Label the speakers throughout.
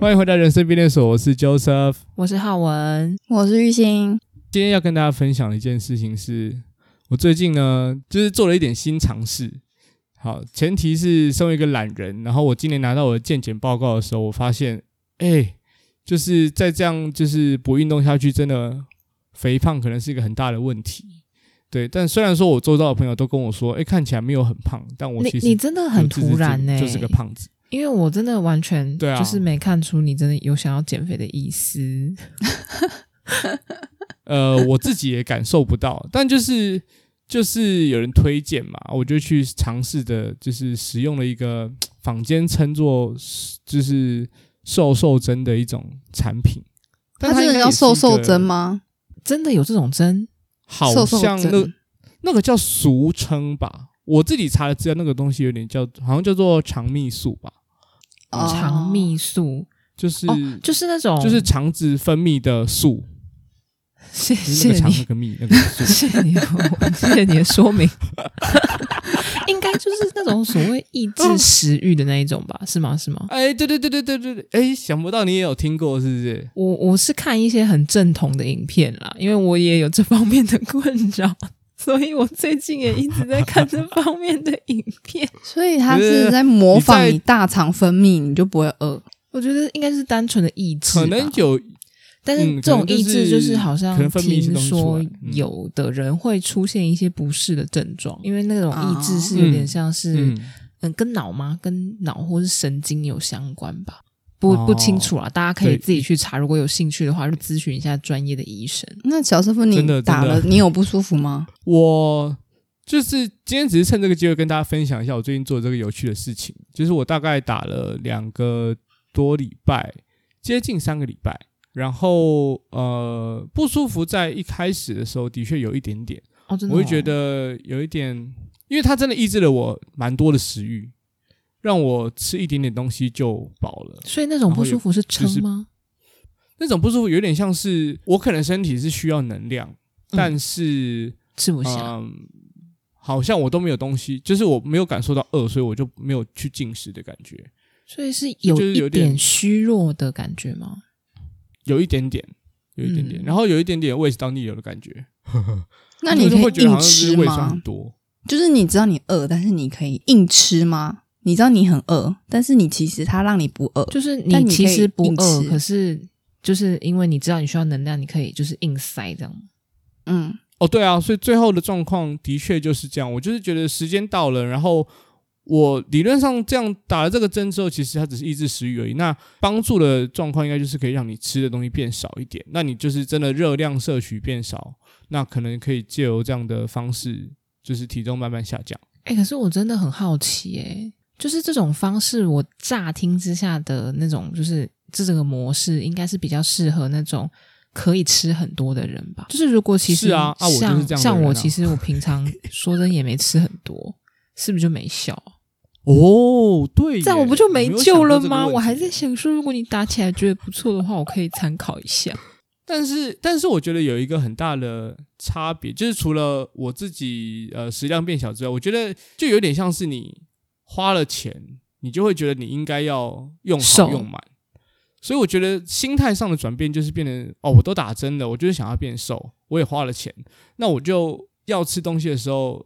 Speaker 1: 欢迎回到人生变电所，我是 Joseph。
Speaker 2: 我是浩文，
Speaker 3: 我是玉兴，
Speaker 1: 今天要跟大家分享的一件事情是，我最近呢，就是做了一点新尝试。好，前提是身为一个懒人，然后我今年拿到我的健检报告的时候，我发现，哎、就是再这样就是不运动下去，真的肥胖可能是一个很大的问题。对，但虽然说我周遭的朋友都跟我说，哎、看起来没有很胖，但我
Speaker 2: 你
Speaker 1: 其实
Speaker 2: 你真的很
Speaker 1: 就自知
Speaker 2: 突然欸呢、
Speaker 1: 就是个胖子。
Speaker 2: 因为我真的完全
Speaker 1: 对啊
Speaker 2: 就是没看出你真的有想要减肥的意思。
Speaker 1: 呃，我自己也感受不到，但就是就是有人推荐嘛，我就去尝试的，就是使用了一个坊间称作就是瘦瘦针的一种产品。但
Speaker 3: 他真
Speaker 1: 应
Speaker 3: 的
Speaker 1: 该
Speaker 3: 叫
Speaker 1: 也是一个
Speaker 3: 瘦瘦针？吗？
Speaker 2: 真的有这种针？
Speaker 1: 好
Speaker 3: 瘦瘦
Speaker 1: 像那
Speaker 3: 针
Speaker 1: 那个叫俗称吧，我自己查的资料，那个东西有点叫，好像叫做肠泌素吧，
Speaker 3: 哦
Speaker 2: 肠泌素
Speaker 1: 就是、
Speaker 2: 哦就是那种，
Speaker 1: 嗯就是肠子分泌的素，
Speaker 2: 谢
Speaker 1: 就是
Speaker 2: 谢
Speaker 1: 那个肠
Speaker 2: 你
Speaker 1: 那，个泌那个素。
Speaker 2: 谢谢你，谢谢你的 说明。应该就是那种所谓抑制食欲的那一种吧？是吗？是吗？
Speaker 1: 哎，对对对对对对对，哎，想不到你也有听过，是不是？
Speaker 2: 我我是看一些很正统的影片啦，因为我也有这方面的困扰，所以我最近也一直在看这方面的影片。
Speaker 3: 所以他是在模仿你大肠分泌，你就不会饿。
Speaker 2: 我觉得应该是单纯的抑制吧，
Speaker 1: 可能有
Speaker 2: 但是
Speaker 1: 嗯
Speaker 2: 这种抑制就是好像
Speaker 1: 可能分泌一些
Speaker 2: 听
Speaker 1: 东西出
Speaker 2: 说
Speaker 1: 来嗯
Speaker 2: 有的人会出现一些不适的症状，因为那种抑制是有点像是嗯
Speaker 1: 啊嗯，
Speaker 2: 跟脑吗？跟脑或是神经有相关吧。不
Speaker 1: 哦
Speaker 2: 不清楚啦，大家可以
Speaker 1: 对
Speaker 2: 自己去查。如果有兴趣的话，就咨询一下专业的医生。
Speaker 3: 那小师傅，
Speaker 1: 真的
Speaker 3: 你
Speaker 1: 真的
Speaker 3: 打了，你有不舒服吗？
Speaker 1: 我就是今天只是趁这个机会跟大家分享一下我最近做的这个有趣的事情，就是我大概打了两个多礼拜，接近三个礼拜，然后呃不舒服在一开始的时候的确有一点点，
Speaker 2: 哦，真的、
Speaker 1: 我
Speaker 2: 哦，
Speaker 1: 会觉得有一点，因为它真的抑制了我蛮多的食欲，让我吃一点点东西就饱了。
Speaker 2: 所以那种不舒服是撑
Speaker 1: 就是
Speaker 2: 吗？
Speaker 1: 那种不舒服有点像是我可能身体是需要能量，
Speaker 2: 嗯
Speaker 1: 但是
Speaker 2: 吃不啊下、
Speaker 1: 嗯，好像我都没有东西，就是我没有感受到饿，所以我就没有去进食的感觉，
Speaker 2: 所以是
Speaker 1: 就
Speaker 2: 有
Speaker 1: 是有
Speaker 2: 一
Speaker 1: 点
Speaker 2: 点虚弱的感觉吗？
Speaker 1: 有一点点，有一点点，
Speaker 2: 嗯
Speaker 1: 然后有一点点胃食道逆流的感觉。
Speaker 3: 那你可
Speaker 1: 就是会
Speaker 3: 以
Speaker 1: 觉得
Speaker 3: 硬
Speaker 1: 好像是
Speaker 3: 吃
Speaker 1: 胃酸很
Speaker 3: 吗？
Speaker 1: 多，
Speaker 3: 就是你知道你饿，但是你可以硬吃吗？你知道你很饿，但是你其实它让你不饿，
Speaker 2: 就是
Speaker 3: 但
Speaker 2: 你
Speaker 3: 你
Speaker 2: 其实不
Speaker 3: 可以
Speaker 2: 饿，
Speaker 3: 硬吃
Speaker 2: 可是就是因为你知道你需要能量，你可以就是硬塞这样。
Speaker 3: 嗯，
Speaker 1: 哦，对啊，所以最后的状况的确就是这样。我就是觉得时间到了，然后我理论上这样打了这个针之后，其实它只是抑制食欲而已。那帮助的状况应该就是可以让你吃的东西变少一点，那你就是真的热量摄取变少，那可能可以借由这样的方式，就是体重慢慢下降。
Speaker 2: 哎、可是我真的很好奇、哎，就是这种方式，我乍听之下的那种，就是这这个模式，应该是比较适合那种。可以吃很多的人吧，就是如果其实
Speaker 1: 是啊啊我就是
Speaker 2: 像
Speaker 1: 这样的
Speaker 2: 像
Speaker 1: 人啊
Speaker 2: 我其实我 平常说真也没吃很多，是不是就没效啊？
Speaker 1: 哦，对耶，
Speaker 2: 这样我不就
Speaker 1: 没
Speaker 2: 没
Speaker 1: 有想
Speaker 2: 救
Speaker 1: 过
Speaker 2: 了
Speaker 1: 这个
Speaker 2: 吗？
Speaker 1: 问
Speaker 2: 我还
Speaker 1: 题
Speaker 2: 在想说，如果你打起来觉得不错的话，我可以参考一下。
Speaker 1: 但是，但是我觉得有一个很大的差别，就是除了我自己呃食量变小之外，我觉得就有点像是你花了钱，你就会觉得你应该要用好
Speaker 2: 瘦
Speaker 1: 用满。所以我觉得心态上的转变就是变成哦，我都打针了，我就是想要变瘦，我也花了钱，那我就要吃东西的时候，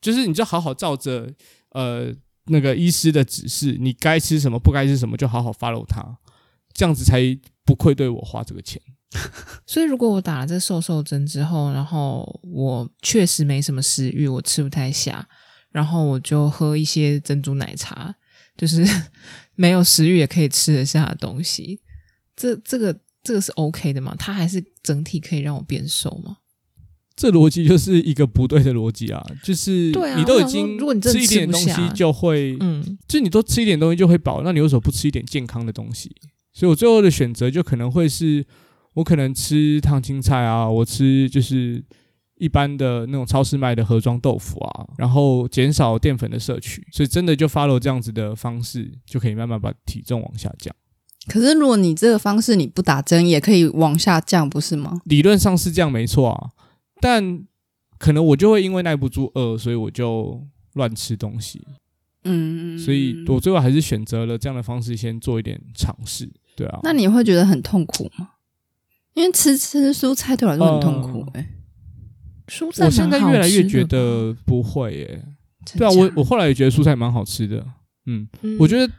Speaker 1: 就是你就好好照着呃那个医师的指示，你该吃什么不该吃什么，就好好 follow 他，这样子才不愧对我花这个钱。
Speaker 2: 所以，如果我打了这瘦瘦针之后，然后我确实没什么食欲，我吃不太下，然后我就喝一些珍珠奶茶，就是 没有食欲也可以吃得下的东西。这这个这个是 OK 的吗？它还是整体可以让我变瘦吗？
Speaker 1: 这逻辑就是一个不对的逻辑啊！就是
Speaker 2: 对啊
Speaker 1: 你都已
Speaker 2: 我想
Speaker 1: 经
Speaker 2: 说如果你真
Speaker 1: 吃
Speaker 2: 的
Speaker 1: 一点东
Speaker 2: 吃不
Speaker 1: 西
Speaker 2: 下
Speaker 1: 就会，
Speaker 2: 嗯，
Speaker 1: 就你多吃一点东西就会饱，那你为什么不吃一点健康的东西？所以我最后的选择就可能会是，我可能吃烫青菜啊，我吃就是一般的那种超市卖的盒装豆腐啊，然后减少淀粉的摄取，所以真的就 follow 这样子的方式，就可以慢慢把体重往下降。
Speaker 3: 可是如果你这个方式你不打针，也可以往下降，不是吗？
Speaker 1: 理论上是这样没错啊，但可能我就会因为耐不住饿，所以我就乱吃东西。
Speaker 3: 嗯，
Speaker 1: 所以我最后还是选择了这样的方式，先做一点尝试。对啊，
Speaker 3: 嗯那你会觉得很痛苦吗？因为吃吃蔬菜对我来说很痛苦
Speaker 1: 呃
Speaker 3: 哎、
Speaker 2: 蔬菜
Speaker 1: 我现在
Speaker 2: 蛮好
Speaker 1: 越来越
Speaker 2: 吃
Speaker 1: 觉
Speaker 2: 的吧，
Speaker 1: 得不会耶。
Speaker 3: 真
Speaker 1: 对啊，
Speaker 3: 假
Speaker 1: 我我后来也觉得蔬菜蛮好吃的。嗯，
Speaker 2: 嗯
Speaker 1: 我觉得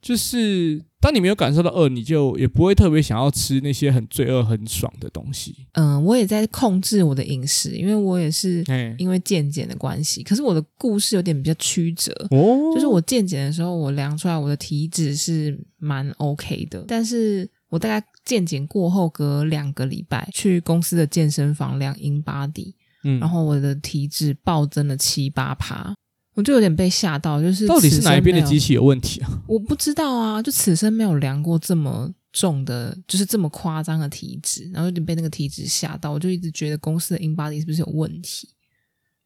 Speaker 1: 就是当你没有感受到饿，你就也不会特别想要吃那些很罪恶、很爽的东西。
Speaker 2: 嗯，我也在控制我的饮食，因为我也是
Speaker 1: 哎、
Speaker 2: 因为健检的关系。可是我的故事有点比较曲折，
Speaker 1: 哦
Speaker 2: 就是我健检的时候，我量出来我的体脂是蛮 OK 的，但是我大概健检过后隔两个礼拜去公司的健身房量 in body，
Speaker 1: 嗯
Speaker 2: 然后我的体脂暴增了七八趴。我就有点被吓到，就是
Speaker 1: 到底是
Speaker 2: 此
Speaker 1: 哪一
Speaker 2: 生
Speaker 1: 边的
Speaker 2: 没有
Speaker 1: 机器有问题啊？
Speaker 2: 我不知道啊，就此生没有量过这么重的，就是这么夸张的体脂，然后有点被那个体脂吓到，我就一直觉得公司的 InBody 是不是有问题？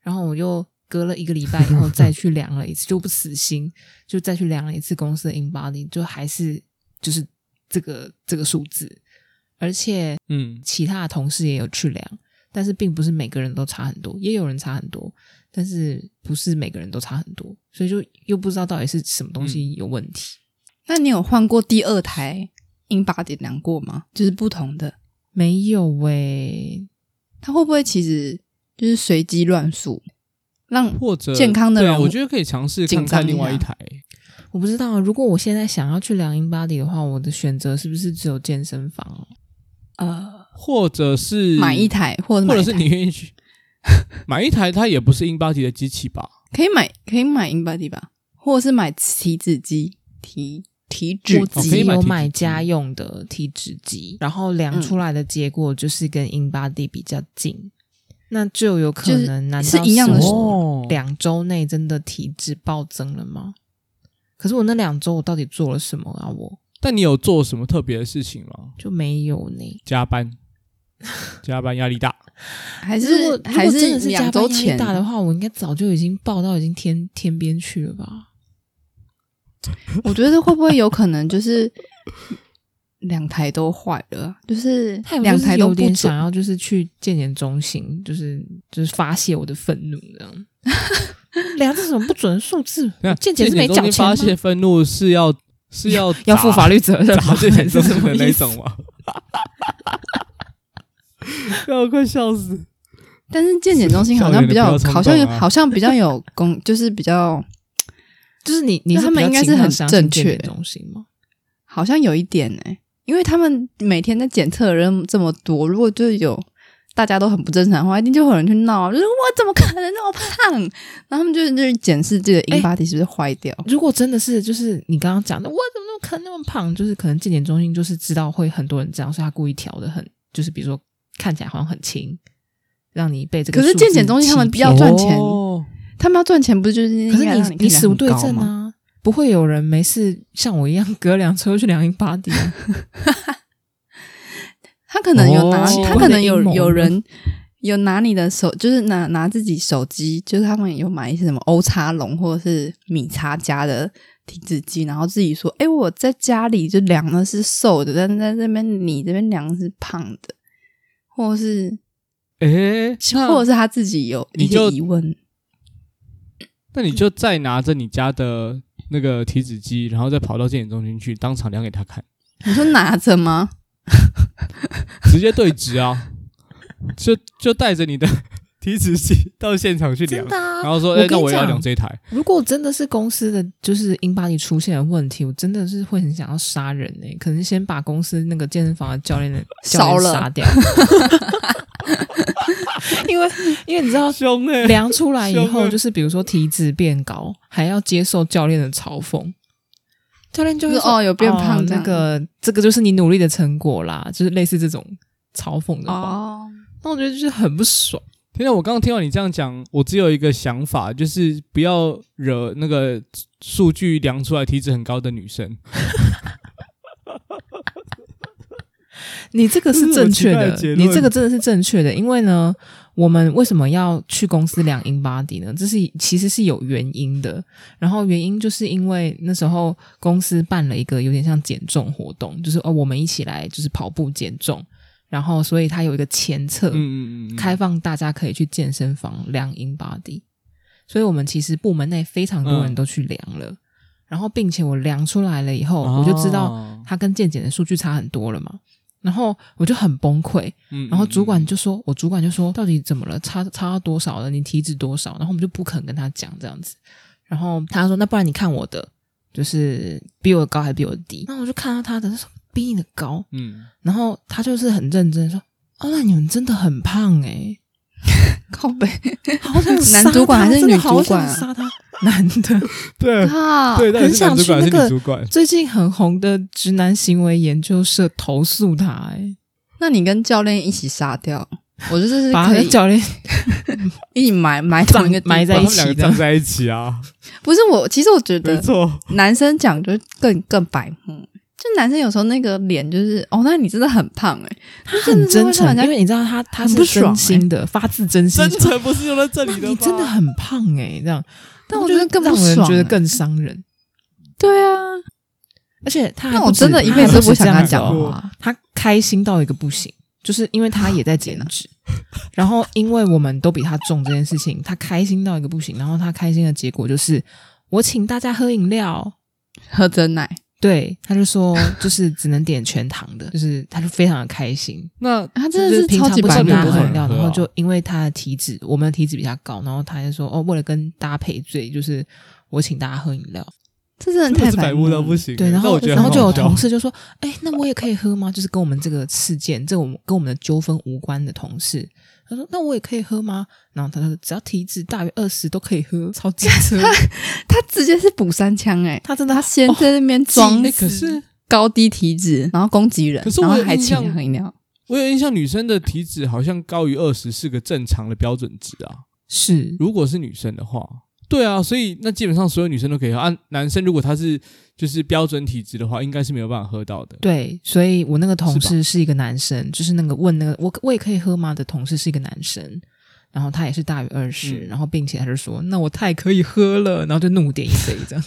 Speaker 2: 然后我又隔了一个礼拜以后再去量了一次，就不死心，就再去量了一次公司的 InBody，就还是就是这个这个数字，而且
Speaker 1: 嗯，
Speaker 2: 其他的同事也有去量，但是并不是每个人都差很多，也有人差很多，但是不是每个人都差很多，所以就又不知道到底是什么东西有问题。
Speaker 3: 那你有换过第二台 In Body 量过吗？就是不同的，
Speaker 2: 没有欸喂、
Speaker 3: 它会不会其实就是随机乱数，让
Speaker 1: 或者
Speaker 3: 健康的
Speaker 1: 对啊，
Speaker 3: 人
Speaker 1: 我觉得可以尝试看
Speaker 3: 紧张
Speaker 1: 看
Speaker 3: 一
Speaker 1: 另外一
Speaker 3: 下
Speaker 1: 台。
Speaker 2: 我不知道，啊如果我现在想要去量 in body 的话，我的选择是不是只有健身房？啊
Speaker 3: 呃
Speaker 1: 或者是
Speaker 3: 买一，台，或者
Speaker 1: 或
Speaker 3: 买
Speaker 1: 者
Speaker 3: 一
Speaker 1: 是
Speaker 3: 台
Speaker 1: 你愿意去买一台，它也不是 InBody 的机器吧？
Speaker 3: 可以买可以买 In Body 吧，或者是买体脂机体体脂
Speaker 2: 我
Speaker 1: 自
Speaker 2: 只
Speaker 1: 哦己可以
Speaker 3: 机
Speaker 1: 买
Speaker 2: 有
Speaker 1: 体脂
Speaker 2: 哦买
Speaker 1: 机
Speaker 2: 家用的体脂机，然后量出来的结果就是跟 in body 比较近，那就有可
Speaker 3: 就是
Speaker 2: 能难道
Speaker 3: 是一样的
Speaker 2: 我
Speaker 3: 数
Speaker 1: 哦
Speaker 2: 两周内真的体脂暴增了吗？可是我那两周我到底做了什么啊？我
Speaker 1: 但你有做什么特别的事情吗？
Speaker 2: 就没有呢。
Speaker 1: 加班，加班压力大。
Speaker 3: 还
Speaker 2: 如
Speaker 3: 是
Speaker 2: 果如
Speaker 3: 还
Speaker 2: 果真的是加班
Speaker 3: 两周
Speaker 2: 压力
Speaker 3: 前
Speaker 2: 大的话，我应该早就已经爆到已经天天边去了吧？
Speaker 3: 我觉得会不会有可能就是两台都坏了，啊就是
Speaker 2: 他有
Speaker 3: 两
Speaker 2: 就是
Speaker 3: 台都
Speaker 2: 有
Speaker 3: 不
Speaker 2: 点
Speaker 3: 准
Speaker 2: 想，要就是去健检中心，就是就是发泄我的愤怒这样。量这什么不准的数字
Speaker 1: 那？
Speaker 2: 健检是没缴钱
Speaker 1: 发
Speaker 2: 吗？
Speaker 1: 泄愤怒是要是要
Speaker 2: 要负法
Speaker 1: 律
Speaker 2: 律责任
Speaker 1: 砸
Speaker 2: 吗
Speaker 1: 这点中
Speaker 2: 是什
Speaker 1: 心
Speaker 2: 么
Speaker 1: 的那
Speaker 2: 意思
Speaker 1: 种吗？ 让我快笑死！
Speaker 3: 但是健检中心好像比较有
Speaker 1: 少年的不要冲动啊
Speaker 3: 好像有好像比较有公，就是比较
Speaker 2: 就是你你
Speaker 3: 那
Speaker 2: 是
Speaker 3: 他们
Speaker 2: 比较
Speaker 3: 应该是
Speaker 2: 倾向
Speaker 3: 很
Speaker 2: 相信
Speaker 3: 正
Speaker 2: 健
Speaker 3: 确
Speaker 2: 检中心吗？
Speaker 3: 好像有一点哎、因为他们每天在检测的人这么多，如果就是有大家都很不正常的话，一定就会有人去闹，啊就是我怎么可能那么胖？然后他们就就是检视自己的
Speaker 2: 哎
Speaker 3: in body 是不是坏掉，
Speaker 2: 如果真的是就是你刚刚讲的，我怎么那么可能那么胖？就是可能健检中心就是知道会很多人这样，所以他故意调的很，就是比如说看起来好像很轻，让你被这个
Speaker 3: 可
Speaker 2: 数字
Speaker 3: 是
Speaker 2: 欺
Speaker 3: 健
Speaker 2: 骗。
Speaker 3: 检中心他们要赚钱
Speaker 1: 哦
Speaker 3: 他们要赚钱不是就是
Speaker 2: 可
Speaker 3: 应
Speaker 2: 是
Speaker 3: 该让
Speaker 2: 你
Speaker 3: 你看起来
Speaker 2: 死无
Speaker 3: 很
Speaker 2: 对
Speaker 3: 高
Speaker 2: 证
Speaker 3: 吗？
Speaker 2: 啊，不会有人没事像我一样隔两周去量 in body 啊。
Speaker 3: 他可能有拿，
Speaker 1: 哦
Speaker 3: 他可能有
Speaker 2: 奇怪的阴谋
Speaker 3: 有人有拿你的手，就是拿拿自己手机，就是他们有买一些什么欧叉龙或者是米叉家的体脂机，然后自己说：“哎、我在家里就量的是瘦的，但是在这边你这边量是胖的，或者是
Speaker 1: 诶，那
Speaker 3: 或者是他自己有
Speaker 1: 你
Speaker 3: 一
Speaker 1: 就
Speaker 3: 些疑问。
Speaker 1: 那你就再拿着你家的那个体脂机，然后再跑到健检中心去，当场量给他看，
Speaker 3: 你说拿着吗？
Speaker 1: 直接对质啊！ 就就带着你的体脂机到现场去量
Speaker 2: 真，的啊
Speaker 1: 然后说：“
Speaker 2: 我
Speaker 1: 哎、
Speaker 2: 跟
Speaker 1: 那
Speaker 2: 你
Speaker 1: 我也要
Speaker 2: 讲
Speaker 1: 量这一台。
Speaker 2: 如果真的是公司的就是 in body 出现了问题，我真的是会很想要杀人呢、可能先把公司那个健身房的教 练的教
Speaker 3: 烧
Speaker 2: 练
Speaker 3: 了
Speaker 2: 杀掉，因为因为你知 道”
Speaker 1: 凶哎、
Speaker 2: 量出来以
Speaker 1: 凶
Speaker 2: 后，
Speaker 1: 啊
Speaker 2: 就是比如说体脂变高，还要接受教练的嘲讽。教练就会
Speaker 3: 就是
Speaker 2: 说
Speaker 3: 哦有变胖
Speaker 2: 哦
Speaker 3: 这
Speaker 2: 那
Speaker 3: 样
Speaker 2: 个这个就是你努力的成果啦，就是类似这种嘲讽的话，
Speaker 3: 哦，
Speaker 2: 那我觉得就是很不爽。
Speaker 1: 天啊！我刚刚听到你这样讲，我只有一个想法，就是不要惹那个数据量出来体脂很高的女生。
Speaker 2: 你这个是正确的
Speaker 1: 这是我期待的结，论
Speaker 2: 你这个真的是正确的，因为呢，我们为什么要去公司量 in body 呢？这是其实是有原因的，然后原因就是因为那时候公司办了一个有点像减重活动，就是哦，我们一起来就是跑步减重，然后所以它有一个前测，
Speaker 1: 嗯嗯嗯嗯，
Speaker 2: 呃开放大家可以去健身房量 in body，所以我们其实部门内非常多人
Speaker 1: 嗯
Speaker 2: 都去量了，然后并且我量出来了以后，我就知道。
Speaker 1: 哦哦
Speaker 2: 它跟健检的数据差很多了嘛。然后我就很崩溃，
Speaker 1: 嗯
Speaker 2: 然后主管
Speaker 1: 嗯
Speaker 2: 就说，我主管就说，到底怎么了？差差到多少了？你体脂多少？然后我们就不肯跟他讲这样子。然后他说，那不然你看我的，就是比我高还比我低。那我就看到他的，他说比你的高。
Speaker 1: 嗯，
Speaker 2: 然后他就是很认真地说，哦，那你们真的很胖欸诶、
Speaker 3: 靠 北，
Speaker 2: 好想杀他
Speaker 3: 男主管还是
Speaker 2: 真的
Speaker 3: 女主管啊
Speaker 2: 好想杀他，男 的。
Speaker 1: 对
Speaker 3: 靠，
Speaker 1: 对，到底
Speaker 2: 啊很
Speaker 1: 是男
Speaker 2: 想
Speaker 1: 主
Speaker 2: 去
Speaker 1: 管还
Speaker 2: 那
Speaker 1: 是女
Speaker 2: 个
Speaker 1: 主管？
Speaker 2: 最近很红的直男行为研究社投诉他、欸，
Speaker 3: 那你跟教练一起杀掉，我就是
Speaker 2: 把他
Speaker 3: 可
Speaker 2: 的
Speaker 3: 以
Speaker 2: 教练
Speaker 3: 一起埋埋同一个地
Speaker 2: 埋在
Speaker 1: 把
Speaker 2: 一
Speaker 1: 他们
Speaker 2: 起
Speaker 1: 两个
Speaker 2: 的
Speaker 1: 站在一起啊，
Speaker 3: 不是我，其实我觉
Speaker 1: 没
Speaker 3: 得
Speaker 1: 错，
Speaker 3: 男生讲就更更白目，就男生有时候那个脸就是，哦，那你真的很胖哎、
Speaker 2: 他很真诚，因为你知道他他
Speaker 3: 很
Speaker 2: 是
Speaker 3: 不爽
Speaker 2: 真心的，发自哎真心
Speaker 1: 真
Speaker 2: 说。
Speaker 1: 诚不是用在这里
Speaker 2: 那
Speaker 1: 的
Speaker 2: 你
Speaker 1: 吗
Speaker 2: 真的很胖哎、这样，
Speaker 3: 但
Speaker 2: 我
Speaker 3: 我
Speaker 2: 觉
Speaker 3: 觉
Speaker 2: 得
Speaker 3: 得更
Speaker 2: 让
Speaker 3: 不
Speaker 2: 人
Speaker 3: 爽
Speaker 2: 觉得
Speaker 3: 欸
Speaker 2: 更哎伤人，
Speaker 3: 对啊，
Speaker 2: 而且他还
Speaker 3: 那
Speaker 2: 不
Speaker 3: 我
Speaker 2: 止
Speaker 3: 真的一辈子都不想跟他讲
Speaker 1: 他还不是这样子
Speaker 3: 话
Speaker 1: 哦。
Speaker 2: 他开心到一个不行，就是因为他也在减脂，然后因为我们都比他重这件事情，他开心到一个不行，然后他开心的结果就是我请大家喝饮料，
Speaker 3: 喝真奶，
Speaker 2: 对，他就说就是只能点全糖的，就是他就非常的开心，
Speaker 1: 那
Speaker 3: 他
Speaker 2: 就
Speaker 3: 真的是
Speaker 2: 平
Speaker 3: 超
Speaker 2: 常
Speaker 3: 级
Speaker 2: 不
Speaker 3: 白
Speaker 2: 请
Speaker 3: 目
Speaker 2: 大
Speaker 1: 常不
Speaker 2: 家喝
Speaker 1: 是很
Speaker 2: 饮
Speaker 3: 欸。
Speaker 2: 料，
Speaker 1: 喝啊
Speaker 2: 然后就因为他的体脂，我们的体脂比他高，然后他就说哦，为了跟大家赔罪，就是我请大家喝饮料。
Speaker 3: 这真的
Speaker 1: 真的
Speaker 3: 太
Speaker 1: 是
Speaker 3: 白
Speaker 1: 白
Speaker 3: 目
Speaker 1: 目
Speaker 3: 了
Speaker 1: 到。不行欸。
Speaker 2: 对，然
Speaker 1: 那
Speaker 2: 后
Speaker 1: 我觉得
Speaker 2: 然后
Speaker 1: 很
Speaker 2: 就有
Speaker 1: 好笑
Speaker 2: 同事就说：“哎，那我也可以喝吗？”就是跟我们这个事件，这我们跟我们的纠纷无关的同事，他说：“那我也可以喝吗？”然后他说：“只要体脂大于二十都可以喝，超机 车。
Speaker 3: 他直接是补三枪哎、”
Speaker 2: 他真的
Speaker 3: 他先在那边装
Speaker 1: 装欸可是
Speaker 3: 高低体脂，然后攻击人，
Speaker 1: 可是我
Speaker 3: 然后
Speaker 1: 有
Speaker 3: 还
Speaker 1: 印
Speaker 3: 请
Speaker 1: 象
Speaker 3: 人喝饮料。
Speaker 1: 我有印象，女生的体脂好像高于二十是个正常的标准值啊。
Speaker 2: 是
Speaker 1: 如果是女生的话，对啊，所以那基本上所有女生都可以喝啊。男生如果他是就是标准体质的话，应该是没有办法喝到的。
Speaker 2: 对，所以我那个同
Speaker 1: 是吧
Speaker 2: 事是一个男生，就是那个问那个我我也可以喝吗的同事是一个男生。然后他也是大于二十、
Speaker 1: 嗯
Speaker 2: 然后并且他就说：“那我太可以喝了。”然后就怒点一杯 这样。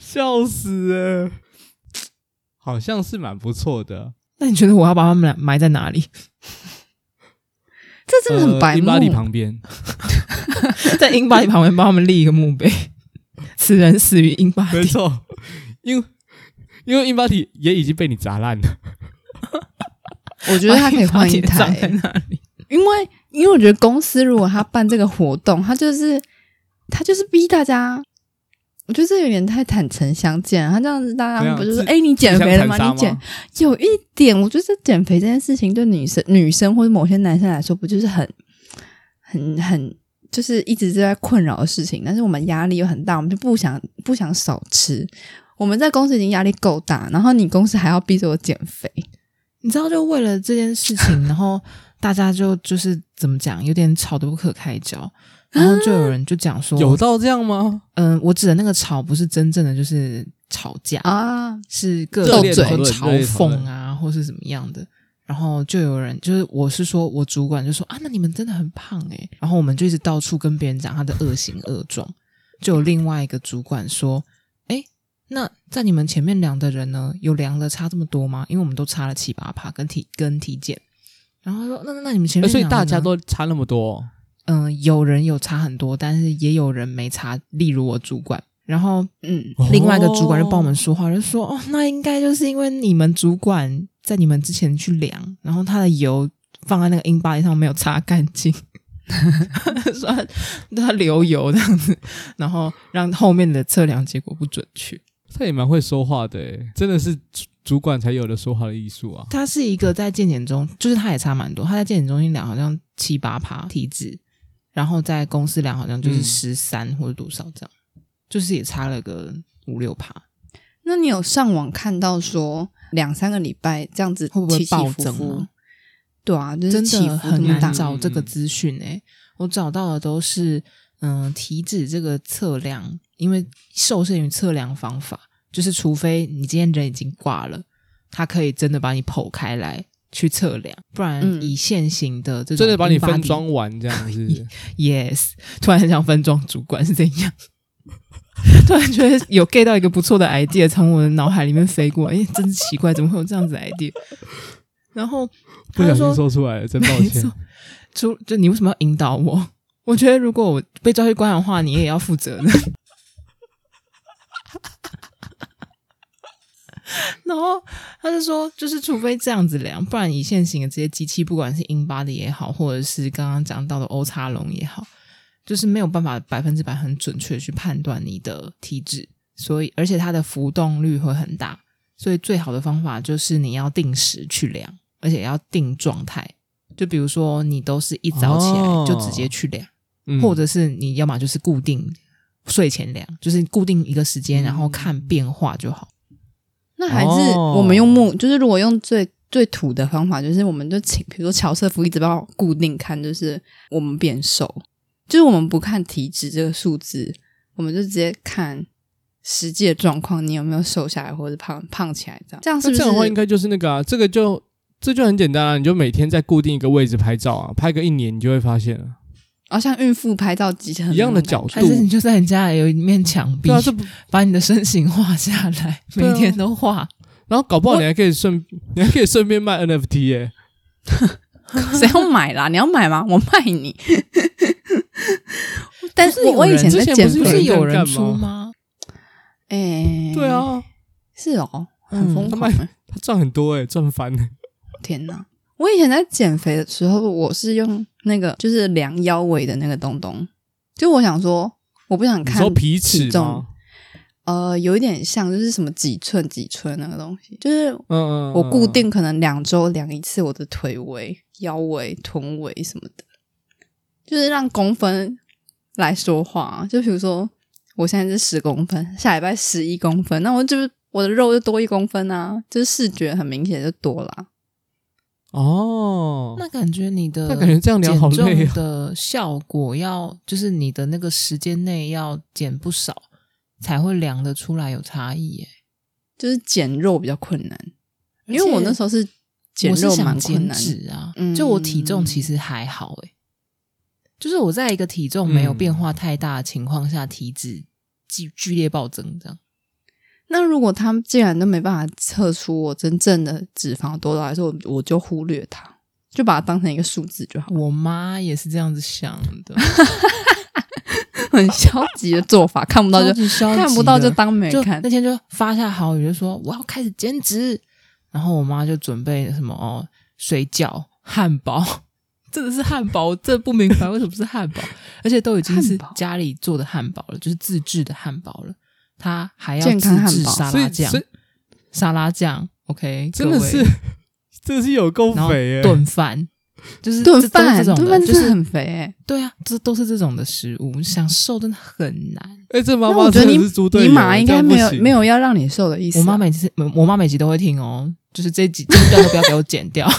Speaker 1: 笑死了，好像是蛮不错的。
Speaker 2: 那你觉得我要把他们俩埋在哪里？
Speaker 3: 这真的很白
Speaker 1: 呃
Speaker 3: 目。
Speaker 1: 巴黎旁 边，
Speaker 2: 在英巴里旁边帮他们立一个墓碑， 此人死于英巴
Speaker 1: 没
Speaker 2: 里。
Speaker 1: 错，因为因为英巴体也已经被你砸烂了。
Speaker 3: 我觉得他可以换
Speaker 2: 把
Speaker 3: 一
Speaker 2: 英巴里
Speaker 3: 台
Speaker 2: 葬，
Speaker 3: 欸
Speaker 2: 在那里。
Speaker 3: 因为因为我觉得公司如果他办这个活动，他就是他就是逼大家，我觉得这有点太坦诚相见啊了。他这样子，大
Speaker 1: 怎
Speaker 3: 家
Speaker 1: 样
Speaker 3: 不就是
Speaker 1: 自
Speaker 3: 哎、你减肥了吗？
Speaker 1: 互相残杀
Speaker 3: 你减有一点，我觉得减肥这件事情对女生、女生或者某些男生来说，不就是很、很、很，就是一直在困扰的事情。但是我们压力又很大，我们就不想不想少吃。我们在公司已经压力够大，然后你公司还要逼着我减肥，
Speaker 2: 你知道，就为了这件事情，然后大家就就是怎么讲，有点吵得不可开交。然后就有人就讲说，
Speaker 1: 啊有到这样吗？
Speaker 2: 嗯、我指的那个吵不是真正的就是吵架，
Speaker 3: 啊？
Speaker 2: 是各
Speaker 3: 热
Speaker 2: 种
Speaker 3: 烈
Speaker 2: 比如
Speaker 1: 讨
Speaker 2: 说
Speaker 1: 论热
Speaker 2: 嘲
Speaker 1: 烈讨论
Speaker 2: 讽啊，或是怎么样的。然后就有人，就是我是说，我主管就说啊，那你们真的很胖诶、然后我们就一直到处跟别人讲他的恶行恶状。就有另外一个主管说，诶，那在你们前面量的人呢，有量的差这么多吗？因为我们都差了七八趴，跟体跟体检。然后他说，那哎那那你们前
Speaker 1: 呃
Speaker 2: 面
Speaker 1: 所以
Speaker 2: 量的
Speaker 1: 大家
Speaker 2: 呢
Speaker 1: 都差那么多哦，
Speaker 2: 嗯、有人有差很多，但是也有人没差，例如我主管。然后
Speaker 3: 嗯，
Speaker 2: 另外一个主管就帮我们说话，就说：“哦，那应该就是因为你们主管在你们之前去量，然后他的油放在那个英巴里上没有擦干净， 说他他流油这样子，然后让后面的测量结果不准确。
Speaker 1: 他也蛮会说话的欸，真的是主主管才有的说话的艺术啊。
Speaker 2: 他是一个在健检中，就是他也差蛮多，他在健检中心量好像七八趴体脂，然后在公司量好像就是
Speaker 1: 嗯
Speaker 2: 十三或者多少这样，就是也差了个五六趴。”
Speaker 3: 那你有上网看到说两三个礼拜这样子
Speaker 2: 会不会
Speaker 3: 起起
Speaker 2: 暴
Speaker 3: 伏
Speaker 2: 增
Speaker 3: 伏
Speaker 2: 吗？
Speaker 3: 对啊，就是
Speaker 2: 真
Speaker 3: 起
Speaker 2: 的
Speaker 3: 伏这
Speaker 2: 很
Speaker 3: 么大
Speaker 2: 难。找这个资讯诶、我找到的都是嗯、体脂这个测量，因为受限于测量方法，就是除非你今天人已经挂了，它可以真的把你剖开来去测量，不然
Speaker 3: 嗯
Speaker 2: 以现行的这种
Speaker 1: 真的把你
Speaker 2: InBody
Speaker 1: 分装完这样子，
Speaker 2: Yes，突然很想分装主管是怎样？ 突然觉得有 get 到一个不错的 idea 从我的脑海里面飞过来，哎、真是奇怪，怎么会有这样子的 idea？然后
Speaker 1: 不
Speaker 2: 他
Speaker 1: 小
Speaker 2: 就
Speaker 1: 心
Speaker 2: 说
Speaker 1: 说出来了，真抱
Speaker 2: 没
Speaker 1: 歉
Speaker 2: 错。就就你为什么要引导我？我觉得如果我被抓去关的话，你也要负责的。 然后他就说，就是除非这样子量，不然以现行的这些机器，不管是 in body 也好，或者是刚刚讲到的 O 叉龙也好，就是没有办法百分之百很准确地去判断你的体脂，所以而且它的浮动率会很大，所以最好的方法就是你要定时去量，而且要定状态。就比如说，你都是一早起
Speaker 1: 哦
Speaker 2: 来就直接去量，
Speaker 1: 嗯
Speaker 2: 或者是你要么就是固定睡前量，就是固定一个时间，
Speaker 1: 嗯
Speaker 2: 然后看变化就好。
Speaker 3: 那还是
Speaker 1: 哦
Speaker 3: 我们用木，就是如果用最最土的方法，就是我们就请，比如说乔瑟夫一直帮我固定看，就是我们变瘦，就是我们不看体脂这个数字，我们就直接看实际的状况，你有没有瘦下来或者胖胖起来这样，这样是
Speaker 1: 那
Speaker 3: 不
Speaker 1: 这
Speaker 3: 是？
Speaker 1: 样的话，应该就是那个啊，这个就这就很简单啊，你就每天在固定一个位置拍照啊，拍个一年你就会发现了，
Speaker 3: 哦，像孕妇拍照极很啊
Speaker 1: 一样的角
Speaker 2: 还是
Speaker 1: 度
Speaker 2: 你。就在你家里有一面墙壁，
Speaker 1: 对啊，这不，
Speaker 2: 把你的身形画下来，
Speaker 1: 对啊
Speaker 2: 每天都画，
Speaker 1: 然后搞不好你还可以顺，你还可以顺便卖 NFT 耶、
Speaker 3: 谁要买啦？你要买吗？我卖你。但是
Speaker 2: 不是有
Speaker 3: 我以
Speaker 2: 人
Speaker 3: 前在
Speaker 1: 之前
Speaker 3: 减
Speaker 1: 不
Speaker 3: 肥，
Speaker 1: 有人这
Speaker 2: 不是有
Speaker 1: 样
Speaker 2: 人
Speaker 1: 干
Speaker 2: 出
Speaker 1: 吗
Speaker 2: 吗？
Speaker 3: 哎、
Speaker 1: 对，啊，嗯
Speaker 3: 是哦，很疯
Speaker 1: 他
Speaker 3: 狂、
Speaker 1: 卖
Speaker 3: 欸。
Speaker 1: 他赚很多哎、赚翻了。
Speaker 3: 天哪！我以前在减肥的时候，我是用那个就是量腰围的那个东东，就我想说，我不想
Speaker 1: 你
Speaker 3: 看
Speaker 1: 说皮尺
Speaker 3: 体重
Speaker 1: 吗，？
Speaker 3: 呃，有一点像就是什么几寸几寸那个东西，就是
Speaker 1: 嗯嗯，嗯
Speaker 3: 我固定可能两周量一次我的腿围、腰围、臀围什么的，就是让公分来说话。就比如说，我现在是十公分，下礼拜十一公分，那我就是我的肉就多一公分啊，就是视觉很明显就多啦。
Speaker 1: 哦。
Speaker 2: 那感觉你的
Speaker 1: 那感觉这样量好累
Speaker 2: 减
Speaker 1: 啊
Speaker 2: 重！的效果要，就是你的那个时间内要减不少，才会量得出来有差异耶。
Speaker 3: 就是减肉比较困难，因为我那时
Speaker 2: 候
Speaker 3: 候是减
Speaker 2: 我是
Speaker 3: 肉蛮
Speaker 2: 想
Speaker 3: 困
Speaker 2: 减
Speaker 3: 难的。
Speaker 2: 脂啊
Speaker 3: 嗯，
Speaker 2: 就我体重其实还好诶，就是我在一个体重没有变化太大的情况下，体脂剧剧烈暴增这样。
Speaker 3: 那如果他们既然都没办法测出我真正的脂肪多少，还是我我就忽略它，就把它当成一个数字就好了，
Speaker 2: 我妈也是这样子想 的，
Speaker 3: 很消极的做法，看不到
Speaker 2: 超
Speaker 3: 就
Speaker 2: 级消极的
Speaker 3: 看不到就当没
Speaker 2: 就
Speaker 3: 看
Speaker 2: 那。天就发下豪语，就说我要开始减脂，然后我妈就准备什么哦，水饺、汉堡， 真的是汉堡， 我真的不明白为什么是汉堡，而且都已经是
Speaker 3: 汉堡
Speaker 2: 家里做的汉堡了，就是自制的汉堡了，她还要
Speaker 3: 健
Speaker 2: 自
Speaker 3: 康汉
Speaker 2: 制
Speaker 3: 堡
Speaker 2: 沙
Speaker 1: 所
Speaker 2: 拉
Speaker 1: 以
Speaker 2: 酱
Speaker 1: 所以，
Speaker 2: 沙拉酱，OK，
Speaker 1: 真的
Speaker 2: 各位
Speaker 1: 是， 真的是有够
Speaker 2: 然后
Speaker 1: 肥耶、
Speaker 2: 炖饭。就是
Speaker 3: 炖
Speaker 2: 这都是
Speaker 3: 饭，
Speaker 2: 这种
Speaker 3: 炖
Speaker 2: 的，
Speaker 3: 饭
Speaker 2: 就
Speaker 3: 真的
Speaker 2: 是
Speaker 3: 很肥哎、
Speaker 2: 对啊，这都是这种的食物，想瘦真的很难。
Speaker 1: 哎、这妈
Speaker 3: 那
Speaker 1: 妈
Speaker 3: 我觉
Speaker 1: 真
Speaker 3: 得
Speaker 1: 的
Speaker 3: 你
Speaker 1: 是猪队
Speaker 3: 你
Speaker 1: 友
Speaker 3: 妈应
Speaker 1: 这
Speaker 3: 该
Speaker 1: 样
Speaker 3: 没
Speaker 1: 不
Speaker 3: 有
Speaker 1: 行
Speaker 3: 没有要让你瘦的意思、啊
Speaker 2: 我妈每次，我妈每集都会听哦，就是这几这一段都不要给我剪掉。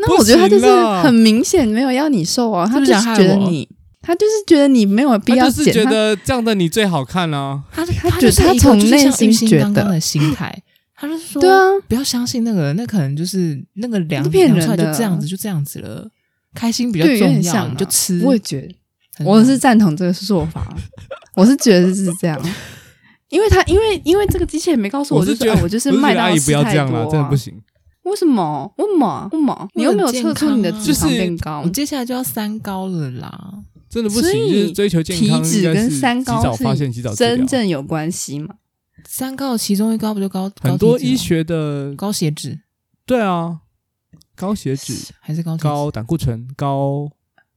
Speaker 3: 那我觉得她就
Speaker 1: 不行
Speaker 3: 是
Speaker 1: 啦
Speaker 3: 很明显没有要你瘦啊，她
Speaker 2: 是不
Speaker 3: 就是
Speaker 2: 想害
Speaker 3: 觉得
Speaker 2: 我
Speaker 3: 你，她就是觉得你没有必
Speaker 1: 他
Speaker 3: 要
Speaker 1: 就是
Speaker 3: 减，
Speaker 1: 觉
Speaker 3: 她
Speaker 1: 得这样的你最好看啊。
Speaker 2: 她
Speaker 3: 她
Speaker 2: 她
Speaker 3: 觉
Speaker 2: 就
Speaker 3: 得
Speaker 2: 是
Speaker 3: 她
Speaker 2: 一个
Speaker 3: 从
Speaker 2: 就是
Speaker 3: 内
Speaker 2: 像
Speaker 3: 心
Speaker 2: 玉兴
Speaker 3: 觉
Speaker 2: 刚
Speaker 3: 得
Speaker 2: 刚的心态，她就说
Speaker 3: 对啊，
Speaker 2: 不要相信那个，那可能就是那个量
Speaker 3: 都骗人
Speaker 2: 量出来就
Speaker 3: 的
Speaker 2: 这样子，就这样子了。开心比较
Speaker 3: 对，有
Speaker 2: 重
Speaker 3: 点
Speaker 2: 要，
Speaker 3: 像
Speaker 2: 你
Speaker 3: 啊
Speaker 2: 就吃。
Speaker 3: 我也觉得，
Speaker 1: 嗯
Speaker 2: 很
Speaker 3: 我是赞同这个做法，啊我是觉得是这样，啊因为他因为因为这个机器也没告诉我，
Speaker 1: 是
Speaker 3: 就
Speaker 1: 觉
Speaker 3: 是
Speaker 1: 得，
Speaker 3: 啊我就是
Speaker 1: 我
Speaker 3: 麦
Speaker 1: 觉得
Speaker 3: 当
Speaker 1: 阿
Speaker 3: 劳
Speaker 1: 姨
Speaker 3: 吃
Speaker 1: 不要这
Speaker 3: 太
Speaker 1: 样
Speaker 3: 多
Speaker 1: 啦，
Speaker 3: 啊，
Speaker 1: 真的不行。
Speaker 3: 为什么？为什么？为什么？你又没有测出你的
Speaker 2: 很
Speaker 3: 脂
Speaker 1: 康啊
Speaker 2: 健
Speaker 3: 肪变
Speaker 2: 我
Speaker 3: 高
Speaker 2: 们，接下来就要三高了啦。
Speaker 1: 真的不
Speaker 3: 所
Speaker 1: 行，
Speaker 3: 以
Speaker 1: 就是追求健
Speaker 3: 体
Speaker 1: 康，
Speaker 3: 脂
Speaker 1: 应该
Speaker 3: 跟
Speaker 1: 是
Speaker 3: 三
Speaker 1: 及早
Speaker 3: 高
Speaker 1: 发现，及早
Speaker 3: 是
Speaker 1: 治疗。
Speaker 3: 真正有关系嘛？
Speaker 2: 三高的其中一高不就高
Speaker 1: 很多
Speaker 2: 高体脂
Speaker 1: 医
Speaker 2: 吗
Speaker 1: 学的，
Speaker 2: 高血脂
Speaker 1: 对啊，高血脂、
Speaker 2: 还是高体脂
Speaker 1: 高胆固醇、高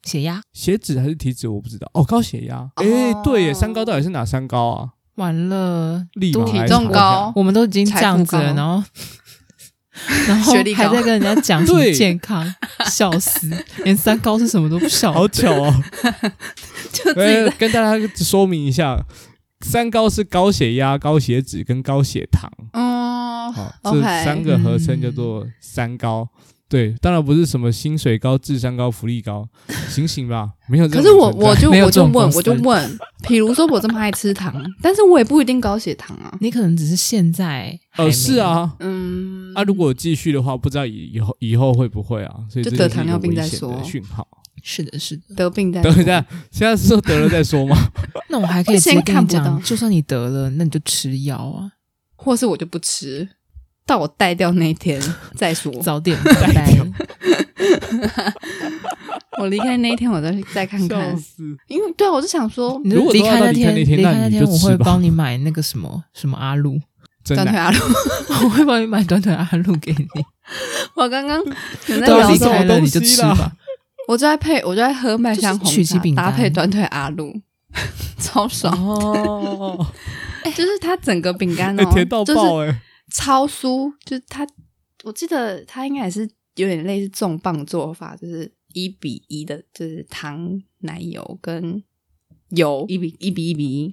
Speaker 2: 血压？
Speaker 1: 血脂还是体脂，我不知道。哦，高血压。哎、对耶，三高到底是哪三高啊？
Speaker 2: 完了，
Speaker 1: 立马
Speaker 2: 都
Speaker 1: 来
Speaker 3: 体
Speaker 1: 查
Speaker 3: 重
Speaker 1: 一下
Speaker 3: 高
Speaker 2: 我们都已经这样子了，
Speaker 3: 财富高
Speaker 2: 然 后然后
Speaker 3: 学历高
Speaker 2: 还在跟人家讲什么
Speaker 1: 对
Speaker 2: 健康，笑死，连三高是什么都不晓
Speaker 1: 好
Speaker 2: 得。
Speaker 1: 巧哦！
Speaker 3: 就 自己
Speaker 1: 哎
Speaker 3: 的
Speaker 1: 跟大家说明一下，三高是高血压、高血脂跟高血糖。
Speaker 3: 嗯，
Speaker 1: 好，这
Speaker 3: OK
Speaker 1: 三个合称叫做三高。对，当然不是什么薪水高、智商高、福利高，醒醒吧，没有这种
Speaker 3: 可是
Speaker 1: 存在。
Speaker 3: 我我就
Speaker 2: 没有
Speaker 3: 我就
Speaker 2: 这种公
Speaker 3: 问
Speaker 2: 司
Speaker 3: 我就问，比如说我这么爱吃糖，但是我也不一定高血糖啊。
Speaker 2: 你可能只是现在还没
Speaker 1: 呃是，啊，
Speaker 3: 嗯，
Speaker 1: 啊，如果继续的话，不知道以以后以后会不会啊，所以
Speaker 3: 就
Speaker 1: 这
Speaker 3: 得
Speaker 1: 是
Speaker 3: 糖
Speaker 1: 一个
Speaker 3: 尿病
Speaker 1: 危
Speaker 3: 再
Speaker 1: 险的
Speaker 3: 说
Speaker 1: 讯号。
Speaker 2: 是的，是的。
Speaker 3: 得病再
Speaker 1: 等
Speaker 3: 说
Speaker 1: 一下，现在是说得了再说 吗？
Speaker 2: 那我还可以直接
Speaker 3: 先
Speaker 2: 跟
Speaker 3: 看
Speaker 2: 你
Speaker 3: 不到
Speaker 2: 讲，就算你得了，那你就吃药啊，
Speaker 3: 或是我就不吃，到我带掉那一天再说。
Speaker 2: 早点拜拜。
Speaker 3: 我离开那一天，我再再看
Speaker 1: 笑
Speaker 3: 看，
Speaker 1: 死！嗯
Speaker 3: 因为对啊，我就想说
Speaker 2: 你
Speaker 1: 如果
Speaker 2: 离
Speaker 1: 都要
Speaker 2: 开
Speaker 1: 到
Speaker 2: 那
Speaker 1: 离开
Speaker 2: 天，
Speaker 1: 那
Speaker 2: 离
Speaker 1: 天
Speaker 2: 开
Speaker 1: 那
Speaker 2: 那
Speaker 1: 你
Speaker 2: 天，
Speaker 1: 就
Speaker 2: 我
Speaker 1: 吃
Speaker 2: 会
Speaker 1: 吧
Speaker 2: 帮你买那个什么什么阿露，
Speaker 1: 真
Speaker 3: 短腿啊
Speaker 1: 的，啊
Speaker 3: 阿鲁。
Speaker 2: 我会帮你买短腿阿露给你。
Speaker 3: 我 刚刚你在
Speaker 1: 对啊
Speaker 2: 离
Speaker 3: 聊
Speaker 1: 你什
Speaker 2: 开
Speaker 3: 什么
Speaker 1: 么
Speaker 2: 了
Speaker 1: 东
Speaker 2: 你就
Speaker 1: 西
Speaker 2: 吃
Speaker 1: 啦
Speaker 2: 吧。
Speaker 3: 我就在配，我就在喝麦香
Speaker 2: 就是曲
Speaker 3: 红
Speaker 2: 奇
Speaker 3: 茶
Speaker 2: 饼干
Speaker 3: 搭配短腿阿鲁， 超爽。
Speaker 1: 哦，
Speaker 3: 就是它整个饼干
Speaker 1: 哎
Speaker 3: 哦，
Speaker 1: 甜到
Speaker 3: 就是
Speaker 1: 爆哎！
Speaker 3: 超酥，就是它，我记得它应该也是有点类似重磅做法，就是一比一的，就是糖、奶油跟油一比一比一比一，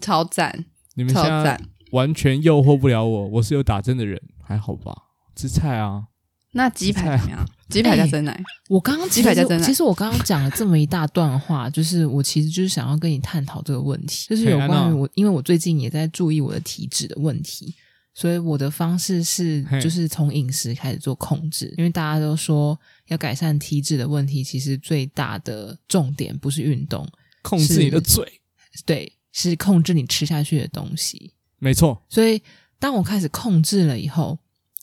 Speaker 3: 超赞，
Speaker 1: 你们
Speaker 3: 超
Speaker 1: 现在
Speaker 3: 赞。
Speaker 1: 完全诱惑不了我，我是有打针的人，还好吧？吃菜啊，
Speaker 3: 那鸡排怎么样？鸡排加真 奶，
Speaker 2: 我刚刚
Speaker 3: 鸡
Speaker 2: 其
Speaker 3: 排
Speaker 2: 实
Speaker 3: 加真奶
Speaker 2: 其实我刚刚讲了这么一大段话， 就是我其实就是想要跟你探讨这个问题，就是有
Speaker 1: 嘿安
Speaker 2: 关于
Speaker 1: 娜
Speaker 2: 我，因为我最近也在注意我的体脂的问题，所以我的方式是
Speaker 1: 嘿
Speaker 2: 就是从饮食开始做控制，因为大家都说要改善体脂的问题，其实最大的重点不是运动，
Speaker 1: 控制你的
Speaker 2: 是
Speaker 1: 嘴，
Speaker 2: 对，是控制你吃下去的东西。
Speaker 1: 没错，
Speaker 2: 所以当我开始控制了以后，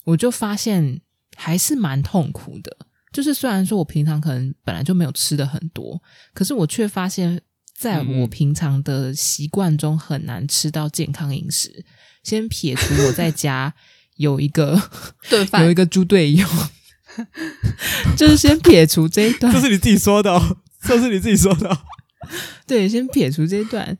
Speaker 2: 我就发现还是蛮痛苦的。就是虽然说我平常可能本来就没有吃的很多，可是我却发现，在
Speaker 1: 嗯
Speaker 2: 我平常的习惯中很难吃到健康饮食。先撇除我在家有一个
Speaker 3: 炖
Speaker 2: 有一
Speaker 3: 饭。
Speaker 2: 个猪队友， 就是先撇除这一段
Speaker 1: 这，是你自己说的，哦，这是你自己说的哦。
Speaker 2: 对，先撇除这一段，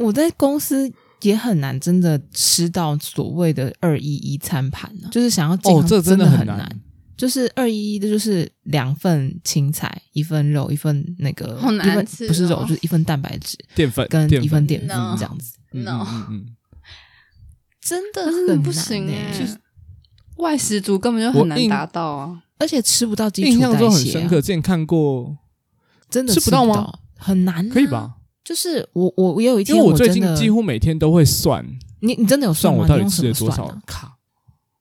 Speaker 2: 我在公司也很难真的吃到所谓的二一一餐盘、啊、就是想要健
Speaker 1: 哦
Speaker 2: 康，
Speaker 1: 这真
Speaker 2: 真
Speaker 1: 的很
Speaker 2: 很
Speaker 1: 难
Speaker 2: 就是二一一的，就是两份青菜，一份肉，一份那个，
Speaker 3: 好难
Speaker 2: 一份
Speaker 3: 吃
Speaker 2: 不是肉，
Speaker 3: 哦
Speaker 2: 就是一份蛋白质
Speaker 1: 淀粉
Speaker 2: 跟
Speaker 1: 呃淀
Speaker 2: 一份淀粉
Speaker 3: No
Speaker 2: 这样子，
Speaker 1: 嗯
Speaker 3: No
Speaker 1: 嗯嗯
Speaker 2: 真的
Speaker 3: 真
Speaker 2: 很
Speaker 3: 的
Speaker 2: 难、欸、
Speaker 3: 不行哎、
Speaker 2: 就是
Speaker 3: 外食族根本就很
Speaker 1: 我
Speaker 3: 难
Speaker 1: 印
Speaker 3: 达到啊！
Speaker 2: 而且吃不到基
Speaker 1: 嗯，
Speaker 2: 础
Speaker 1: 印象
Speaker 2: 代
Speaker 1: 中很
Speaker 2: 谢
Speaker 1: 深
Speaker 2: 啊
Speaker 1: 刻，之前看过，
Speaker 2: 真的
Speaker 1: 吃不
Speaker 2: 不
Speaker 1: 到吗
Speaker 2: 很难、啊
Speaker 1: 可以？吧？
Speaker 3: 嗯
Speaker 2: 就是我我我有一
Speaker 1: 因
Speaker 2: 天
Speaker 1: 为我
Speaker 2: 真
Speaker 1: 最近
Speaker 2: 的
Speaker 1: 几乎每天都会算，
Speaker 2: 你你真的有
Speaker 1: 算
Speaker 2: 吗？
Speaker 1: 我
Speaker 2: 你
Speaker 1: 到底
Speaker 2: 用
Speaker 1: 吃
Speaker 2: 什
Speaker 1: 了
Speaker 2: 么
Speaker 1: 多
Speaker 2: 算
Speaker 1: 少
Speaker 2: 啊
Speaker 1: 卡，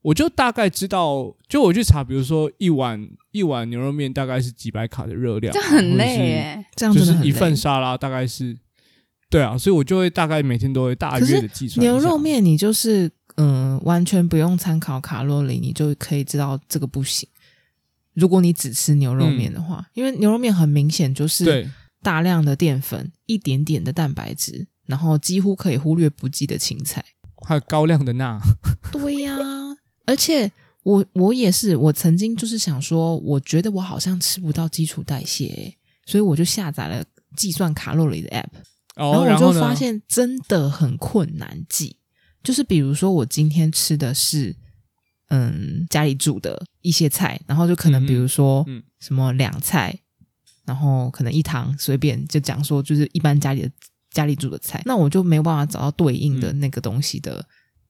Speaker 1: 我就大概知道，就我去查，比如说一碗一碗牛肉面大概是几百卡的热量，啊
Speaker 3: 这样很
Speaker 1: 或
Speaker 3: 累欸
Speaker 1: 者是
Speaker 3: 耶、
Speaker 2: 这样
Speaker 1: 就
Speaker 2: 真的
Speaker 1: 是
Speaker 2: 很
Speaker 1: 一份
Speaker 2: 累
Speaker 1: 沙拉大概是，对啊，所以我就会大概每天都会大
Speaker 2: 可是
Speaker 1: 约的计算一下
Speaker 2: 牛肉，面你就是嗯、完全不用参考卡路里，你就可以知道这个不行。如果你只吃牛肉面的话，因为牛肉面很明显就是
Speaker 1: 对，
Speaker 2: 大量的淀粉，一点点的蛋白质，然后几乎可以忽略不计的青菜。
Speaker 1: 还有高量的钠，
Speaker 2: 对呀、而且我我也是，我曾经就是想说，我觉得我好像吃不到基础代谢、欸，所以我就下载了计算卡路里的 app。然
Speaker 1: 哦，
Speaker 2: 后
Speaker 1: 然
Speaker 2: 我
Speaker 1: 后
Speaker 2: 就
Speaker 1: 呢？
Speaker 2: 发现真的很困难记，就是比如说我今天吃的是嗯家里煮的一些菜，然后就可
Speaker 1: 嗯
Speaker 2: 能
Speaker 1: 嗯
Speaker 2: 比如说
Speaker 1: 嗯
Speaker 2: 什么两菜，然后可能一汤，随便就讲说就是一般家里的家里煮的菜，那我就没有办法找到对应的那个东西的，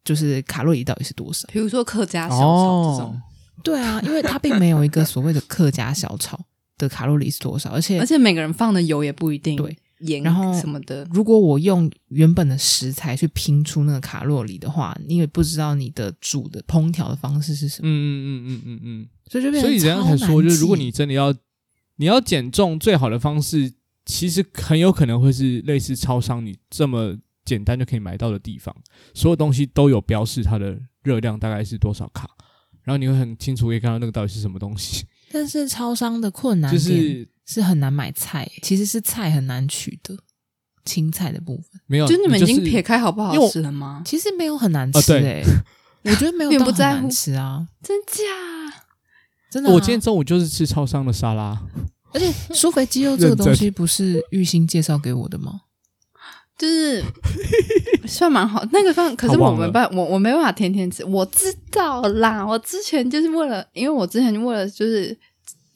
Speaker 2: 就是卡路里到底是多少。
Speaker 3: 比如说客家小炒这种
Speaker 1: 哦，，
Speaker 2: 对啊，因为它 并没有一个所谓的客家小炒的卡路里是多少，而且
Speaker 3: 而且每个人放的油也不一定，
Speaker 2: 对，
Speaker 3: 盐
Speaker 2: 然后
Speaker 3: 什么的，
Speaker 2: 如果我用原本的食材去拼出那个卡路里的话，你也不知道你的煮的烹调的方式是什
Speaker 1: 嗯
Speaker 2: 么，
Speaker 1: 嗯嗯嗯嗯
Speaker 2: 所以就
Speaker 1: 嗯，
Speaker 2: 变成
Speaker 1: 所以人家才
Speaker 2: 超
Speaker 1: 说，
Speaker 2: 难
Speaker 1: 就
Speaker 2: 记
Speaker 1: 是如果你真的要你要减重，最好的方式其实很有可能会是类似超商你这么简单就可以买到的地方，所有东西都有标示它的热量大概是多少卡，然后你会很清楚可以看到那个到底是什么东西，
Speaker 2: 但是超商的困难
Speaker 1: 就
Speaker 2: 点
Speaker 1: 是
Speaker 2: 是很难买菜，其实是菜很难取的，青菜的部分
Speaker 1: 没有，
Speaker 3: 就是你们已
Speaker 1: 嗯
Speaker 3: 经
Speaker 1: 是
Speaker 3: 撇开好不好
Speaker 1: 因为我
Speaker 3: 吃了吗？
Speaker 2: 其实没有很难吃
Speaker 1: 啊
Speaker 2: 诶、我觉得没有
Speaker 3: 并
Speaker 2: 到
Speaker 3: 不
Speaker 2: 很
Speaker 3: 在乎
Speaker 2: 难吃啊，
Speaker 3: 真假？
Speaker 2: 真的啊、
Speaker 1: 我今天中午就是吃超商的沙拉，
Speaker 2: 而且苏肥鸡肉这个
Speaker 1: 认真
Speaker 2: 东西不是玉兴介绍给我的吗？
Speaker 3: 就是 算蛮好，那个算，可是
Speaker 1: 他
Speaker 3: 我
Speaker 1: 忘了
Speaker 3: 没办，我我没办法天天吃。我知道啦，我之前就是为了，因为我之前为了就是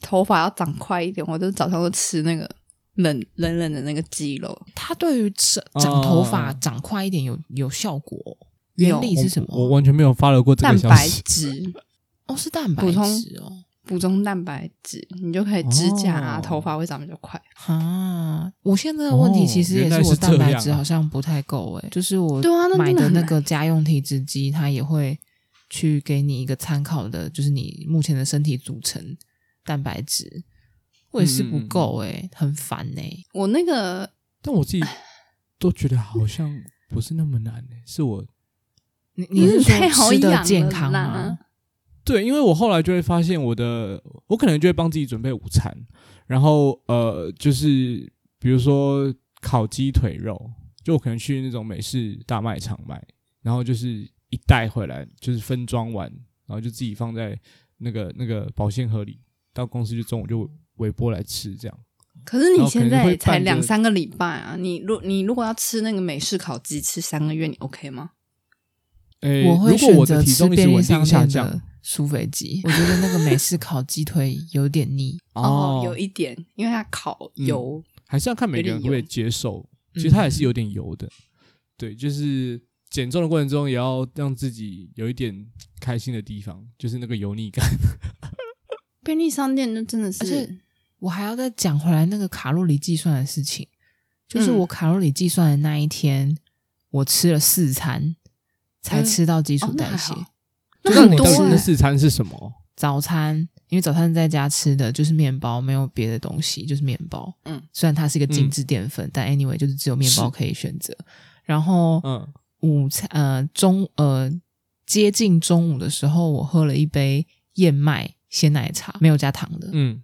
Speaker 3: 头发要长快一点，我就早上都吃那个冷冷冷的那个鸡肉，
Speaker 2: 它对于长长头发、
Speaker 1: 哦
Speaker 2: 长快一点有有效果哦、原理是什么啊？
Speaker 1: 我我完全没有发了过这个
Speaker 3: 蛋
Speaker 1: 消
Speaker 3: 白
Speaker 1: 息。
Speaker 3: 质，
Speaker 2: 哦，是蛋白
Speaker 3: 补充
Speaker 2: 质哦。
Speaker 3: 补充蛋白质，你就可以指甲啊、
Speaker 1: 哦
Speaker 3: 头发会长比较快。
Speaker 2: 啊，我现在的问题
Speaker 1: 哦
Speaker 2: 其实也
Speaker 1: 原来
Speaker 2: 是我
Speaker 1: 是这
Speaker 2: 蛋白
Speaker 1: 样
Speaker 2: 质
Speaker 1: 啊
Speaker 2: 好像不太够诶、就是我
Speaker 3: 对啊那
Speaker 2: 买
Speaker 3: 真的
Speaker 2: 的
Speaker 3: 很
Speaker 2: 那
Speaker 3: 难
Speaker 2: 个家用体脂机，它也会去给你一个参考的，就是你目前的身体组成蛋白质，我也是不
Speaker 1: 嗯嗯嗯
Speaker 2: 够诶、很烦欸诶、
Speaker 3: 我那个
Speaker 1: 但我自己都觉得好像不是那么难呢、是我
Speaker 2: 你
Speaker 3: 嗯
Speaker 2: 你是
Speaker 3: 太
Speaker 2: 说
Speaker 3: 好
Speaker 2: 吃的
Speaker 3: 养
Speaker 2: 健
Speaker 3: 了
Speaker 2: 康
Speaker 3: 啦
Speaker 2: 吗？
Speaker 1: 对，因为我后来就会发现我的我可能就会帮自己准备午餐，然后呃，就是比如说烤鸡腿肉，就我可能去那种美式大卖场买，然后就是一袋回来，就是分装完，然后就自己放在那个那个保鲜盒里，到公司就中午就微波来吃这样。
Speaker 3: 可是你
Speaker 1: 然哦后可
Speaker 3: 现
Speaker 1: 能
Speaker 3: 在
Speaker 1: 会
Speaker 3: 也才
Speaker 1: 拌着
Speaker 3: 两三个礼拜啊，你如你如果要吃那个美式烤鸡，吃三个月，你 OK 吗？
Speaker 1: 诶，
Speaker 2: 我会
Speaker 1: 如果
Speaker 2: 选
Speaker 1: 我
Speaker 2: 择
Speaker 1: 的体
Speaker 2: 吃
Speaker 1: 重一
Speaker 2: 便
Speaker 1: 直
Speaker 2: 利
Speaker 1: 稳
Speaker 2: 商
Speaker 1: 定下
Speaker 2: 店
Speaker 1: 降
Speaker 2: 的，苏肥鸡， 我觉得那个美式烤鸡腿有点腻。哦
Speaker 3: 有一点，因为它烤
Speaker 1: 哦嗯
Speaker 3: 油，
Speaker 1: 还是要看每个人会不会接受。其
Speaker 2: 嗯
Speaker 1: 实它也是有点油的，对，就是减重的过程中也要让自己有一点开心的地方，就是那个油腻 感。
Speaker 3: 便利商店就真的是，
Speaker 2: 而且我还要再讲回来那个卡路里计算的事情，就是
Speaker 3: 嗯
Speaker 2: 我卡路里计算的那一天，我吃了四餐才
Speaker 3: 嗯
Speaker 2: 吃到基
Speaker 3: 哦
Speaker 2: 础
Speaker 3: 那
Speaker 2: 代
Speaker 3: 还
Speaker 2: 谢。
Speaker 3: 好
Speaker 1: 就
Speaker 3: 那
Speaker 1: 是
Speaker 3: 很
Speaker 1: 你
Speaker 3: 多
Speaker 1: 到底
Speaker 2: 啊
Speaker 3: 欸
Speaker 1: 那四餐是什么？
Speaker 2: 早餐，因为早餐在家吃的就是面包，没有别的东西，就是面包。
Speaker 3: 嗯，
Speaker 2: 虽然它是一个精致淀粉，但 anyway 就是只有面包
Speaker 1: 是
Speaker 2: 可以选择。然后，
Speaker 1: 嗯，
Speaker 2: 午餐呃中呃接近中午的时候，我喝了一杯燕麦鲜奶茶，没有加糖的。
Speaker 1: 嗯，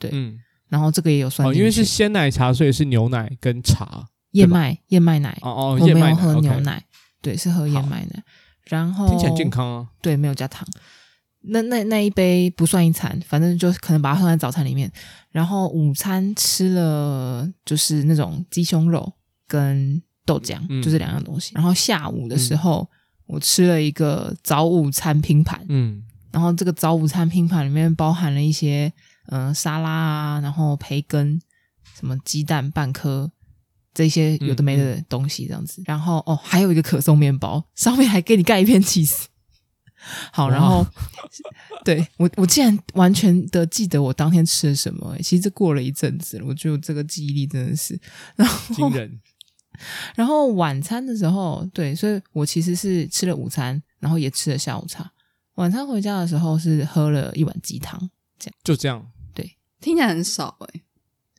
Speaker 2: 对
Speaker 1: 嗯，
Speaker 2: 然后这个也有算
Speaker 1: 哦，
Speaker 2: 进去、
Speaker 1: 因为是鲜奶茶，所以是牛奶跟茶。
Speaker 2: 燕麦燕麦奶，
Speaker 1: 哦哦，
Speaker 2: 我
Speaker 1: 燕
Speaker 2: 没
Speaker 1: 麦
Speaker 2: 有
Speaker 1: 奶
Speaker 2: 喝牛
Speaker 1: OK
Speaker 2: 奶哦对，是喝燕麦奶。然后
Speaker 1: 听起来很健康啊。
Speaker 2: 对，没有加糖。那那那一杯不算一餐，反正就可能把它放在早餐里面。然后午餐吃了就是那种鸡胸肉跟豆浆，
Speaker 1: 嗯
Speaker 2: 就是两样东西。然后下午的时候，我吃了一个早午餐拼盘，
Speaker 1: 嗯，
Speaker 2: 然后这个早午餐拼盘里面包含了一些嗯、呃沙拉啊，然后培根、什么鸡蛋半颗这些有的没的东西这样子。然后哦，还有一个可颂面包，上面还给你盖一片 cheese。好，
Speaker 1: 哇
Speaker 2: 然后 对我我竟然完全的记得我当天吃了什么、欸其实这过了一阵子了，我觉得我这个记忆力真的是，然 后
Speaker 1: 嗯惊人。
Speaker 2: 然后晚餐的时候，对，所以我其实是吃了午餐，然后也吃了下午茶。晚餐回家的时候是喝了一碗鸡汤，
Speaker 1: 就这样，
Speaker 3: 听起来很少哎、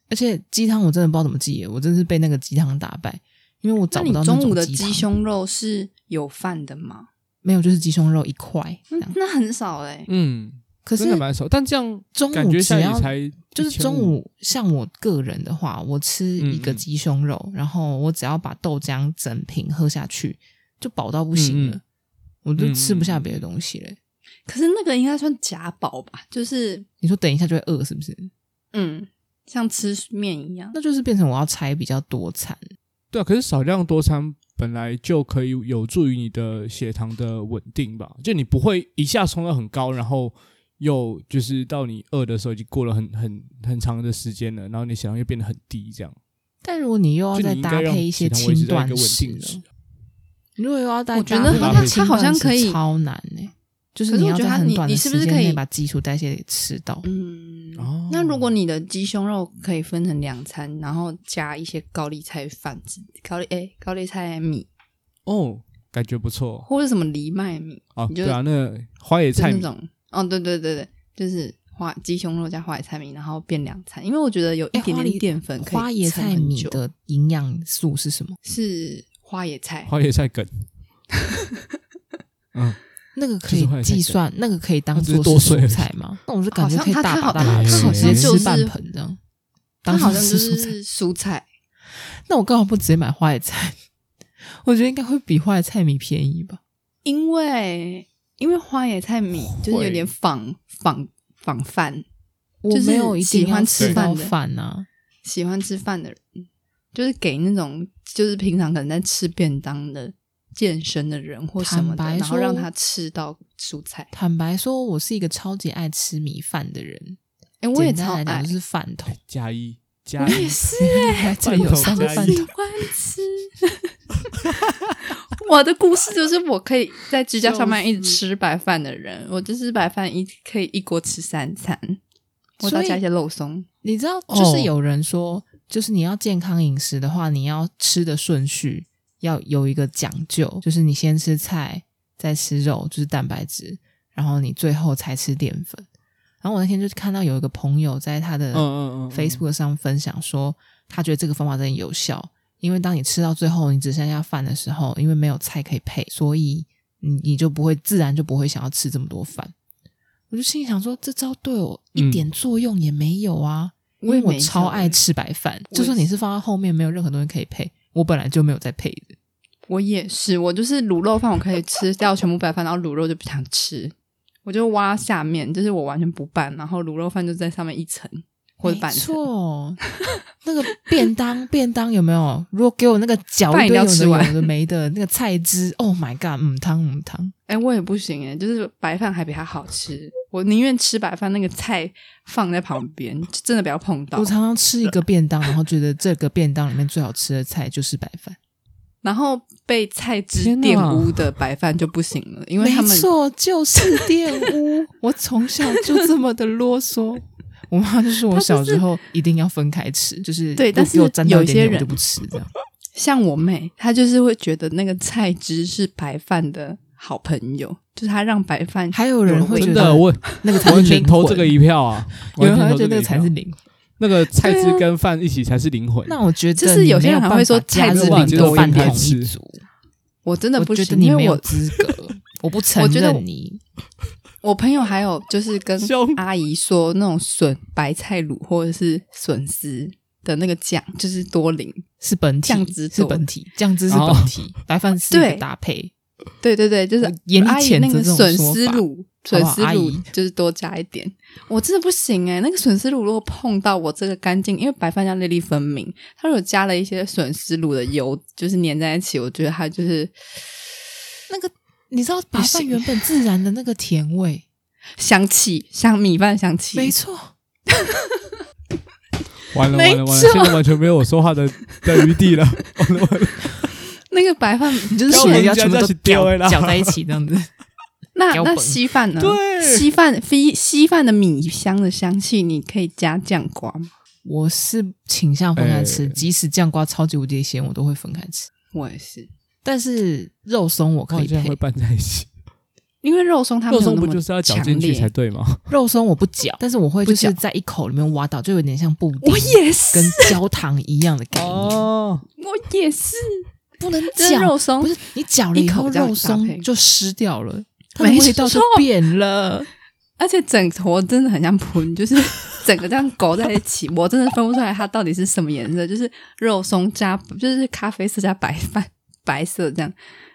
Speaker 2: 而且鸡汤我真的不知道怎么记耶，我真是被那个鸡汤打败，因为我
Speaker 3: 那
Speaker 2: 找不
Speaker 3: 你
Speaker 2: 到
Speaker 3: 中
Speaker 2: 种
Speaker 3: 午的
Speaker 2: 鸡
Speaker 3: 鸡
Speaker 2: 汤，
Speaker 3: 胸肉是有饭的吗？
Speaker 2: 没有，就是鸡胸肉一块这
Speaker 3: 嗯
Speaker 2: 样。，
Speaker 3: 那很少哎、
Speaker 1: 嗯，
Speaker 2: 可是
Speaker 1: 真的蛮少。但这样
Speaker 2: 中
Speaker 1: 感
Speaker 2: 午
Speaker 1: 觉
Speaker 2: 只
Speaker 1: 下
Speaker 2: 要
Speaker 1: 也才
Speaker 2: 就是
Speaker 1: 1500
Speaker 2: 中午，像我个人的话，我吃一个
Speaker 1: 嗯嗯
Speaker 2: 鸡胸肉，然后我只要把豆浆整瓶喝下去，就饱到不行了，
Speaker 1: 嗯嗯
Speaker 2: 我就吃不下
Speaker 1: 嗯嗯嗯
Speaker 2: 别的东西嘞。
Speaker 3: 可是那个应该算假饱吧，就是
Speaker 2: 你说等一下就会饿是不是？
Speaker 3: 嗯，像吃面一样。
Speaker 2: 那就是变成我要拆比较多餐。
Speaker 1: 对啊，可是少量多餐本来就可以有助于你的血糖的稳定吧？就你不会一下冲到很高，然后又就是到你饿的时候已经过了很很很长的时间了，然后你血糖又变得很低，这样
Speaker 2: 但如果你又要
Speaker 1: 就
Speaker 2: 哦再
Speaker 1: 你应
Speaker 2: 搭
Speaker 1: 该让
Speaker 2: 配一
Speaker 1: 血
Speaker 2: 些
Speaker 1: 糖维持
Speaker 2: 轻
Speaker 1: 在一个
Speaker 2: 断
Speaker 1: 稳
Speaker 2: 食
Speaker 1: 定
Speaker 2: 了，
Speaker 1: 值。
Speaker 2: 如果又要再
Speaker 3: 我觉
Speaker 2: 搭
Speaker 3: 得
Speaker 2: 配
Speaker 1: 好像
Speaker 2: 轻
Speaker 3: 它好像
Speaker 2: 断食
Speaker 3: 可以
Speaker 2: 超难呢、就是
Speaker 3: 可是
Speaker 2: 你
Speaker 3: 我
Speaker 2: 要
Speaker 3: 觉
Speaker 2: 在
Speaker 3: 得它
Speaker 2: 很
Speaker 3: 你
Speaker 2: 短的
Speaker 3: 你是
Speaker 2: 时
Speaker 3: 不是
Speaker 2: 间
Speaker 3: 可以
Speaker 2: 内把基础代谢吃到。
Speaker 3: 嗯，
Speaker 1: 哦
Speaker 3: 那如果你的鸡胸肉可以分成两餐，然后加一些高丽菜饭之、高丽哎、高丽菜米
Speaker 1: 哦，感觉不错
Speaker 3: 或者什么藜麦米，
Speaker 1: 啊。
Speaker 3: 你就
Speaker 1: 对啊，那花野
Speaker 3: 就
Speaker 1: 菜
Speaker 3: 那
Speaker 1: 米
Speaker 3: 种哦，对对对对，就是花鸡胸肉加花野菜米，然后变两餐，因为我觉得有一
Speaker 2: 哎
Speaker 3: 点
Speaker 2: 花
Speaker 3: 点
Speaker 2: 椰
Speaker 3: 淀粉可以
Speaker 2: 花椰
Speaker 3: 撑
Speaker 2: 菜
Speaker 3: 很
Speaker 2: 米
Speaker 3: 久
Speaker 2: 的营养素是什么？
Speaker 3: 是花野菜，
Speaker 1: 花野菜 梗，嗯，
Speaker 2: 那个
Speaker 1: 就
Speaker 2: 可
Speaker 1: 是
Speaker 2: 以
Speaker 1: 花椰菜
Speaker 2: 计
Speaker 1: 梗
Speaker 2: 算，那个可以当
Speaker 1: 它只是
Speaker 2: 做
Speaker 1: 多
Speaker 2: 是
Speaker 1: 碎而
Speaker 2: 蔬
Speaker 1: 已
Speaker 2: 菜吗？那我就感
Speaker 3: 好
Speaker 2: 觉
Speaker 3: 像
Speaker 2: 可以
Speaker 3: 它
Speaker 2: 大
Speaker 3: 它
Speaker 2: 把
Speaker 3: 好
Speaker 2: 大把
Speaker 1: 它
Speaker 2: 吃，
Speaker 1: 好
Speaker 2: 直接
Speaker 1: 像
Speaker 3: 就
Speaker 2: 吃半
Speaker 3: 是
Speaker 2: 盆这样。
Speaker 3: 它
Speaker 2: 当
Speaker 3: 好
Speaker 2: 做是
Speaker 3: 像就
Speaker 2: 蔬菜
Speaker 3: 是蔬菜，
Speaker 2: 那我干嘛不直接买花椰菜？ 我觉得应该会比花椰菜米便宜吧。
Speaker 3: 因为因为花野菜米就是有点
Speaker 1: 会
Speaker 3: 仿仿仿饭，
Speaker 2: 我
Speaker 3: 就是
Speaker 2: 没有一定
Speaker 3: 喜欢
Speaker 2: 要
Speaker 3: 吃
Speaker 2: 吃到
Speaker 3: 饭的
Speaker 2: 饭啊，
Speaker 3: 喜欢吃饭的人，就是给那种就是平常可能在吃便当的健身的人或什么的，
Speaker 2: 坦白
Speaker 3: 然后让
Speaker 2: 说
Speaker 3: 他吃到蔬菜。
Speaker 2: 坦白说，我是一个超级爱吃米饭的人。
Speaker 3: 哎、我也
Speaker 2: 简
Speaker 3: 超
Speaker 2: 单来讲
Speaker 3: 爱
Speaker 2: 就，是饭桶。
Speaker 1: 加一加
Speaker 3: 我
Speaker 1: 一
Speaker 3: 也，是
Speaker 2: 这里有三个
Speaker 1: 加
Speaker 2: 饭
Speaker 1: 饭
Speaker 3: 喜
Speaker 2: 桶
Speaker 1: 桶，
Speaker 3: 欢吃。我的故事就是，我可以在居家上班一直吃白饭的人，我就是白饭一可以一锅吃三餐， 我再
Speaker 2: 所以
Speaker 3: 加一些肉松。
Speaker 2: 你知道，就是
Speaker 1: 哦
Speaker 2: 有人说，就是你要健康饮食的话，你要吃的顺序要有一个讲究，就是你先吃菜，再吃肉，就是蛋白质，然后你最后才吃淀粉。然后我那天就看到有一个朋友在他的
Speaker 1: 嗯嗯嗯嗯
Speaker 2: Facebook 上分享说，他觉得这个方法真的有效，因为当你吃到最后你只剩下饭的时候，因为没有菜可以配，所以你你就不会自然就不会想要吃这么多饭。我就心里想说，这招对我
Speaker 1: 嗯
Speaker 2: 一点作用也没有啊，因
Speaker 3: 我
Speaker 2: 为
Speaker 3: 也
Speaker 2: 我
Speaker 3: 没
Speaker 2: 超
Speaker 3: 效
Speaker 2: 爱吃白饭。
Speaker 3: 我
Speaker 2: 就
Speaker 3: 也
Speaker 2: 算你是放在后面，没有任何东西可以配，我本来就没有在配的。
Speaker 3: 我也是，我就是卤肉饭，我可以吃掉全部白饭，然后卤肉就不想吃，我就挖下面，就是我完全不拌，然后卤肉饭就在上面一层或者
Speaker 2: 没
Speaker 3: 半层。
Speaker 2: 错，那个便当便当有没有？如果给我那个搅
Speaker 3: 把
Speaker 2: 一
Speaker 3: 饮
Speaker 2: 堆有
Speaker 3: 料
Speaker 2: 的
Speaker 3: 吃完
Speaker 2: 有的没的那个菜汁，Oh my god，嗯汤嗯汤，
Speaker 3: 哎、我也不行哎、就是白饭还比它好吃，我宁愿吃白饭，那个菜放在旁边，就真的不要碰到
Speaker 2: 我。常常吃一个便 当，然后觉得这个便当里面最好吃的菜就是白饭。
Speaker 3: 然后被菜汁
Speaker 2: 天哪
Speaker 3: 玷污的白饭就不行了，因为他
Speaker 2: 没
Speaker 3: 们
Speaker 2: 错，就是玷 污。我从小就这么的啰嗦。我妈就说我小时候一定要分开 吃，就是
Speaker 3: 对
Speaker 2: 如果
Speaker 3: 但是
Speaker 2: 给我沾到一
Speaker 3: 有些
Speaker 2: 点点我
Speaker 3: 人
Speaker 2: 就不吃这样。
Speaker 3: 像我妹，她就是会觉得那个菜汁是白饭的好朋友，就是她让白饭
Speaker 2: 还有人会觉
Speaker 1: 真
Speaker 2: 得
Speaker 1: 的，我
Speaker 2: 那个才是
Speaker 1: 完全
Speaker 2: 灵魂
Speaker 1: 投这个一票啊！
Speaker 2: 有人
Speaker 1: 完
Speaker 2: 还
Speaker 1: 全
Speaker 2: 会
Speaker 1: 投这
Speaker 2: 觉
Speaker 1: 个
Speaker 2: 得那
Speaker 1: 一
Speaker 2: 个才是
Speaker 1: 票
Speaker 2: 灵。
Speaker 1: 那个菜汁
Speaker 3: 对啊
Speaker 1: 跟饭一起才是灵魂。
Speaker 2: 那我觉得
Speaker 3: 就是有些人还会说
Speaker 2: 加
Speaker 1: 菜
Speaker 2: 入
Speaker 1: 是
Speaker 2: 灵
Speaker 1: 灵
Speaker 2: 的
Speaker 1: 魂
Speaker 2: 饭
Speaker 1: 可以
Speaker 2: 桶一
Speaker 1: 吃
Speaker 2: 族，
Speaker 3: 我真的
Speaker 2: 我
Speaker 3: 不
Speaker 2: 觉得
Speaker 3: 行，
Speaker 2: 你
Speaker 3: 因
Speaker 2: 没
Speaker 3: 为
Speaker 2: 有
Speaker 3: 我
Speaker 2: 资格， 我不承
Speaker 3: 觉得我
Speaker 2: 认你。
Speaker 3: 我朋友还有就是跟
Speaker 1: 凶
Speaker 3: 阿姨说那种笋白菜卤或者是笋丝的那个酱，就是多淋。
Speaker 2: 是本体
Speaker 3: 酱汁，
Speaker 2: 是
Speaker 3: 做的
Speaker 2: 本体，酱汁是
Speaker 1: 哦
Speaker 2: 本体，白饭是一个
Speaker 3: 对
Speaker 2: 搭配。
Speaker 3: 对对对，就是
Speaker 2: 我严厉
Speaker 3: 阿姨
Speaker 2: 谴责
Speaker 3: 那个
Speaker 2: 这种
Speaker 3: 笋
Speaker 2: 说
Speaker 3: 丝
Speaker 2: 法
Speaker 3: 卤，笋丝
Speaker 2: 阿姨
Speaker 3: 卤就是多加一点。我真的不行哎、那个笋丝卤如果碰到我这个干净，因为白饭要粒粒分明，它如果加了一些笋丝卤的油，就是粘在一起，我觉得它就是
Speaker 2: 那个你知道，白饭
Speaker 3: 不行
Speaker 2: 原本自然的那个甜味，
Speaker 3: 香气，像米饭香气。
Speaker 2: 没错。
Speaker 1: 完了完了
Speaker 3: 没
Speaker 1: 完了！现在完全没有我说话的的余 地了。完了完了，
Speaker 3: 那个白 饭
Speaker 2: 你就是
Speaker 1: 要
Speaker 2: 水
Speaker 1: 人
Speaker 2: 要
Speaker 1: 家
Speaker 2: 全部
Speaker 1: 再
Speaker 2: 都
Speaker 1: 去
Speaker 2: 搅
Speaker 1: 丢欸啦
Speaker 2: 搅在一起这样 子，
Speaker 3: 那
Speaker 2: 标
Speaker 3: 那
Speaker 2: 本
Speaker 3: 稀饭呢？
Speaker 1: 对
Speaker 3: 稀饭非稀饭的米香的香气，你可以加酱瓜吗？
Speaker 2: 我是倾向分开吃，
Speaker 1: 哎
Speaker 2: 即使酱瓜超级无敌咸，我都会分开吃。
Speaker 3: 我也是，
Speaker 2: 但是肉松我
Speaker 1: 我
Speaker 2: 可
Speaker 1: 好
Speaker 2: 以
Speaker 1: 像
Speaker 2: 配
Speaker 1: 会，拌在一起。
Speaker 3: 因为肉松它没
Speaker 1: 肉
Speaker 3: 有
Speaker 1: 松
Speaker 3: 那
Speaker 1: 不
Speaker 3: 么
Speaker 1: 就是要搅
Speaker 3: 强
Speaker 1: 进去
Speaker 3: 烈
Speaker 1: 才对吗？
Speaker 2: 肉松我不搅，但是我会就是
Speaker 3: 不
Speaker 2: 在一口里面挖到，就有点像布丁
Speaker 3: 我也是，
Speaker 2: 跟焦糖一样的概念，
Speaker 1: 哦，
Speaker 3: 我也是，
Speaker 2: 不能
Speaker 3: 这
Speaker 2: 搅。
Speaker 3: 肉松
Speaker 2: 不是你搅了以后，
Speaker 3: 一口这样
Speaker 2: 肉
Speaker 3: 搭配
Speaker 2: 松就湿掉了，它的
Speaker 3: 没
Speaker 2: 味道就
Speaker 3: 错
Speaker 2: 变了。
Speaker 3: 而且整坨真的很像盆，就是 整个这样勾在一起，我真的分不出来它到底是什么颜色，就是肉松加就是咖啡色加白饭 白色这样，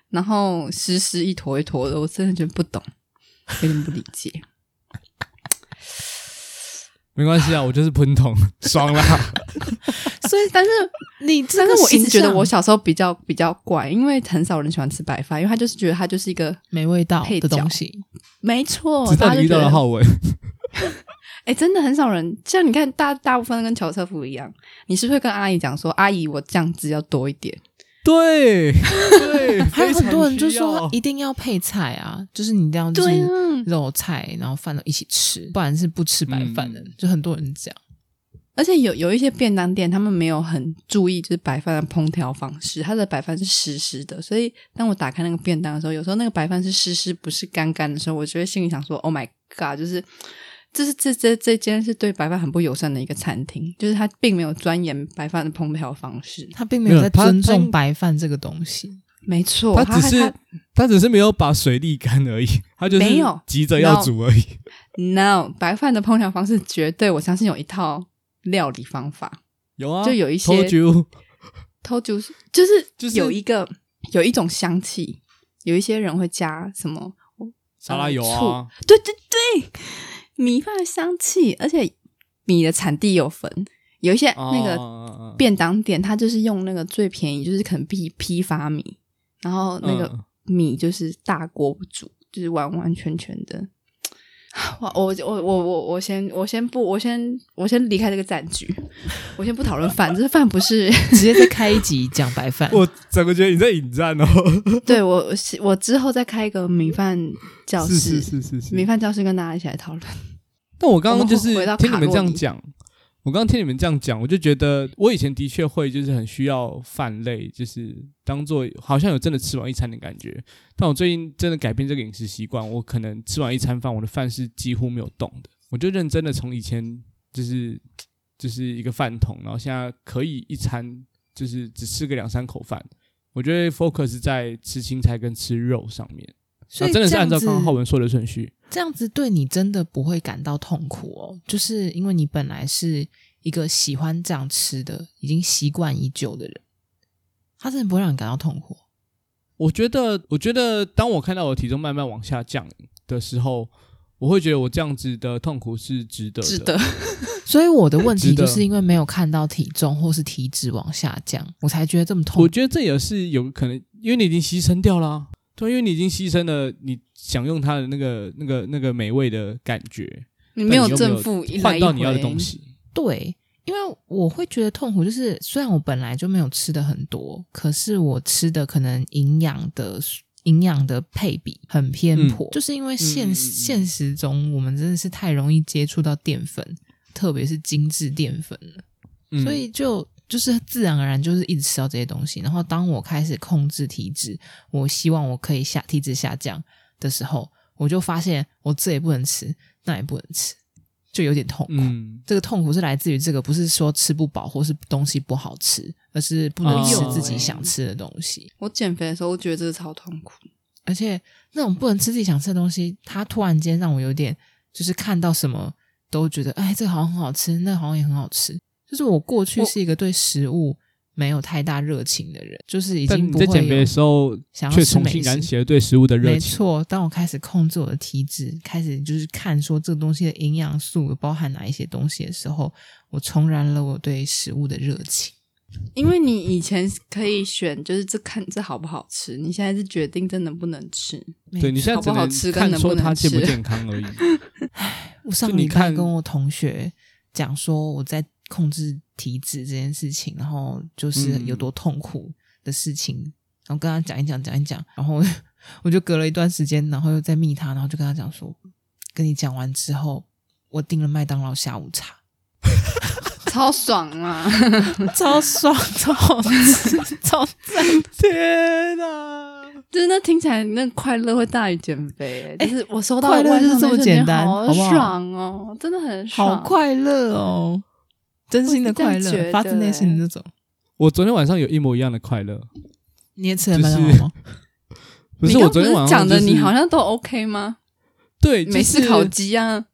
Speaker 3: 然后湿湿一坨一坨的，我真的觉得不懂，有点不理解。
Speaker 1: 没关系啊，我就是喷 桶，爽啦！
Speaker 3: 所以，但是
Speaker 2: 你这
Speaker 3: 但
Speaker 2: 个
Speaker 3: 是我一直觉
Speaker 2: 形
Speaker 3: 得
Speaker 2: 象
Speaker 3: 我小时候比较比较怪，因为很少人喜欢吃白饭，因为他就是觉得它就是一个
Speaker 2: 没味道
Speaker 3: 配
Speaker 2: 的
Speaker 3: 角
Speaker 2: 东西，
Speaker 3: 没错，
Speaker 1: 直到
Speaker 3: 哦大家
Speaker 1: 你
Speaker 3: 就
Speaker 1: 遇
Speaker 3: 觉
Speaker 1: 到
Speaker 3: 得
Speaker 1: 了浩伟，
Speaker 3: 哎、真的很少人。像你看，大大部分跟乔瑟夫一样，你是不是会跟阿姨讲说，阿姨我酱汁要多一点？
Speaker 1: 对对，
Speaker 2: 还有
Speaker 1: 非常
Speaker 2: 很多人就
Speaker 1: 需
Speaker 2: 说
Speaker 1: 要
Speaker 2: 一定要配菜啊，就是你一定要就是
Speaker 3: 对啊
Speaker 2: 肉菜，然后饭都一起吃，不然是不吃白饭的。
Speaker 1: 嗯
Speaker 2: 就很多人讲，
Speaker 3: 而且有有一些便当店，他们没有很注意就是白饭的烹调方式，它的白饭是湿湿的，所以当我打开那个便当的时候，有时候那个白饭是湿湿，不是干干的时候，我就会心里想说，Oh my god，就是。这是这这这间是对白饭很不友善的一个餐厅，就是它并没有钻研白饭的烹调方式。
Speaker 2: 他并没有
Speaker 1: 没
Speaker 2: 在
Speaker 1: 有他
Speaker 2: 尊重
Speaker 1: 他
Speaker 2: 白饭这个东西。
Speaker 3: 没错，
Speaker 1: 他只是
Speaker 3: 它
Speaker 1: 他只是没有把水沥干而已，他就是
Speaker 3: 没有
Speaker 1: 急着要煮而已。
Speaker 3: No，白饭的烹调方式绝对，我相信有一套料理方法。
Speaker 1: 有啊，
Speaker 3: 就有一些
Speaker 1: Told you
Speaker 3: 偷就是就是
Speaker 1: 就是
Speaker 3: 有一个有一种香气，有一些人会加什么？
Speaker 1: 沙拉油啊，
Speaker 3: 对对对，米饭的香气，而且米的产地有分，有一些
Speaker 1: 哦
Speaker 3: 那个
Speaker 1: 嗯嗯嗯
Speaker 3: 便当店，它就是用那个最便宜，就是可能批批发米，然后那个
Speaker 1: 嗯，
Speaker 3: 米就是大锅煮，就是完完全全的。 哇，我我我我我先我先不我先我先离开这个战局，我先不讨论饭，这饭不是
Speaker 2: 直接再开一集讲白 饭
Speaker 1: 我整个觉得你在引战 哦。
Speaker 3: 对我我之后再开一个米饭教室，
Speaker 1: 是是是是是
Speaker 3: 米。饭教室跟大家一起来讨 论。
Speaker 1: 但我刚刚
Speaker 3: 我们
Speaker 1: 就
Speaker 3: 会
Speaker 1: 是
Speaker 3: 回到
Speaker 1: 听你
Speaker 3: 卡
Speaker 1: 们这
Speaker 3: 洛
Speaker 1: 样
Speaker 3: 里
Speaker 1: 讲，我刚刚听你们这样讲，我就觉得我以前的确会就是很需要饭类，就是当做好像有真的吃完一餐的感觉。但我最近真的改变这个饮食习惯，我可能吃完一餐饭，我的饭是几乎没有动的。我就认真的从以前就是就是一个饭桶，然后现在可以一餐就是只吃个两三口饭，我就会 focus 在吃青菜跟吃肉上面。
Speaker 2: 所以
Speaker 1: 真的是
Speaker 2: 这样
Speaker 1: 按照
Speaker 2: 子
Speaker 1: 刚刚浩文说的顺序，
Speaker 2: 这样子对你真的不会感到痛苦哦，就是因为你本来是一个喜欢这样吃的、已经习惯已久的人，他真的不会让你感到痛苦。哦
Speaker 1: 我觉得，我觉得，当我看到我体重慢慢往下降的时候，我会觉得我这样子的痛苦是值得的。
Speaker 3: 值得。
Speaker 2: 所以我的问题
Speaker 1: 值得
Speaker 2: 就是因为没有看到体重或是体脂往下降，我才觉得这么痛
Speaker 1: 我
Speaker 2: 苦。
Speaker 1: 觉得这也是有可能，因为你已经牺牲掉了、对，因为你已经牺牲了你享用它的那个、那个、那个美味的感觉，
Speaker 3: 你没有
Speaker 1: 但你又
Speaker 3: 正负一来
Speaker 1: 换
Speaker 3: 一
Speaker 1: 到你要的
Speaker 3: 回
Speaker 1: 东，西。
Speaker 2: 对，因为我会觉得痛苦，就是虽然我本来就没有吃的很多，可是我吃的可能营养的营养的配比很偏颇，就是因为现、
Speaker 1: 嗯嗯嗯
Speaker 2: 现实中我们真的是太容易接触到淀粉，特别是精致淀粉了，
Speaker 1: 嗯
Speaker 2: 所以就。就是自然而然就是一直吃到这些东西，然后当我开始控制体脂，我希望我可以下体脂下降的时候，我就发现我这也不能吃，那也不能吃，就有点痛苦。
Speaker 1: 嗯，
Speaker 2: 这个痛苦是来自于这个，不是说吃不饱或是东西不好吃，而是不能吃
Speaker 1: 哦
Speaker 2: 自己想吃的东西。
Speaker 3: 我减肥的时候，我觉得这个超痛苦。
Speaker 2: 而且那种不能吃自己想吃的东西，它突然间让我有点就是看到什么都觉得，哎，这个好像很好吃，那个好像也很好吃。就是我过去
Speaker 3: 我
Speaker 2: 是一个对食物没有太大热情的人，就是已
Speaker 1: 但
Speaker 2: 经
Speaker 1: 你
Speaker 2: 不
Speaker 1: 在
Speaker 2: 会
Speaker 1: 减肥的
Speaker 2: 有
Speaker 1: 时候，
Speaker 2: 想要
Speaker 1: 却
Speaker 2: 吃
Speaker 1: 重
Speaker 2: 美
Speaker 1: 新燃
Speaker 2: 食。
Speaker 1: 起了对食物的热
Speaker 2: 没
Speaker 1: 情。
Speaker 2: 错，当我开始控制我的体脂，开始就是看说这个东西的营养素包含哪一些东西的时候，我重燃了我对食物的热情。
Speaker 3: 因为你以前可以选，就是这看这好不好吃，你现在是决定真的不能吃。
Speaker 1: 对你现在
Speaker 3: 好
Speaker 1: 只
Speaker 3: 不好吃
Speaker 1: 能
Speaker 3: 跟
Speaker 1: 看
Speaker 3: 能不
Speaker 1: 说
Speaker 3: 能
Speaker 1: 它健不
Speaker 3: 吃
Speaker 1: 健康而已。
Speaker 2: 我上
Speaker 1: 就
Speaker 2: 个
Speaker 1: 你
Speaker 2: 礼拜
Speaker 1: 看
Speaker 2: 跟我同学讲说我在控制体脂这件事情，然后就是有多痛苦的事情，
Speaker 1: 嗯
Speaker 2: 然后跟他讲一讲讲一讲，然后 我就隔了一段时间，然后又再密他，然后就跟他讲说，跟你讲完之后，我订了麦当劳下午茶，
Speaker 3: 超爽啊！
Speaker 2: 超爽，超好吃，超赞。
Speaker 1: 天
Speaker 2: 啊
Speaker 1: 哪！
Speaker 3: 就是那听起来那快乐会大于减肥、欸
Speaker 2: 哎
Speaker 3: 就是我收到
Speaker 2: 快乐
Speaker 3: 外送
Speaker 2: 就是这么
Speaker 3: 的瞬间
Speaker 2: 简单好不
Speaker 3: 好
Speaker 2: 好
Speaker 3: 爽哦，真的很
Speaker 2: 好
Speaker 3: 爽。
Speaker 2: 快乐哦，真心的快
Speaker 3: 我是这样觉
Speaker 2: 乐，
Speaker 3: 得
Speaker 2: 发自内心的那种。
Speaker 1: 我昨天晚上有一模一样的快乐，
Speaker 2: 你也吃了麦当劳吗？
Speaker 1: 不是
Speaker 3: 你刚
Speaker 1: 我昨天晚
Speaker 3: 不
Speaker 1: 上
Speaker 3: 是讲的，
Speaker 1: 就是
Speaker 3: 你好像都 OK 吗？
Speaker 1: 对
Speaker 3: 美式烤
Speaker 1: 烤
Speaker 3: 鸡啊，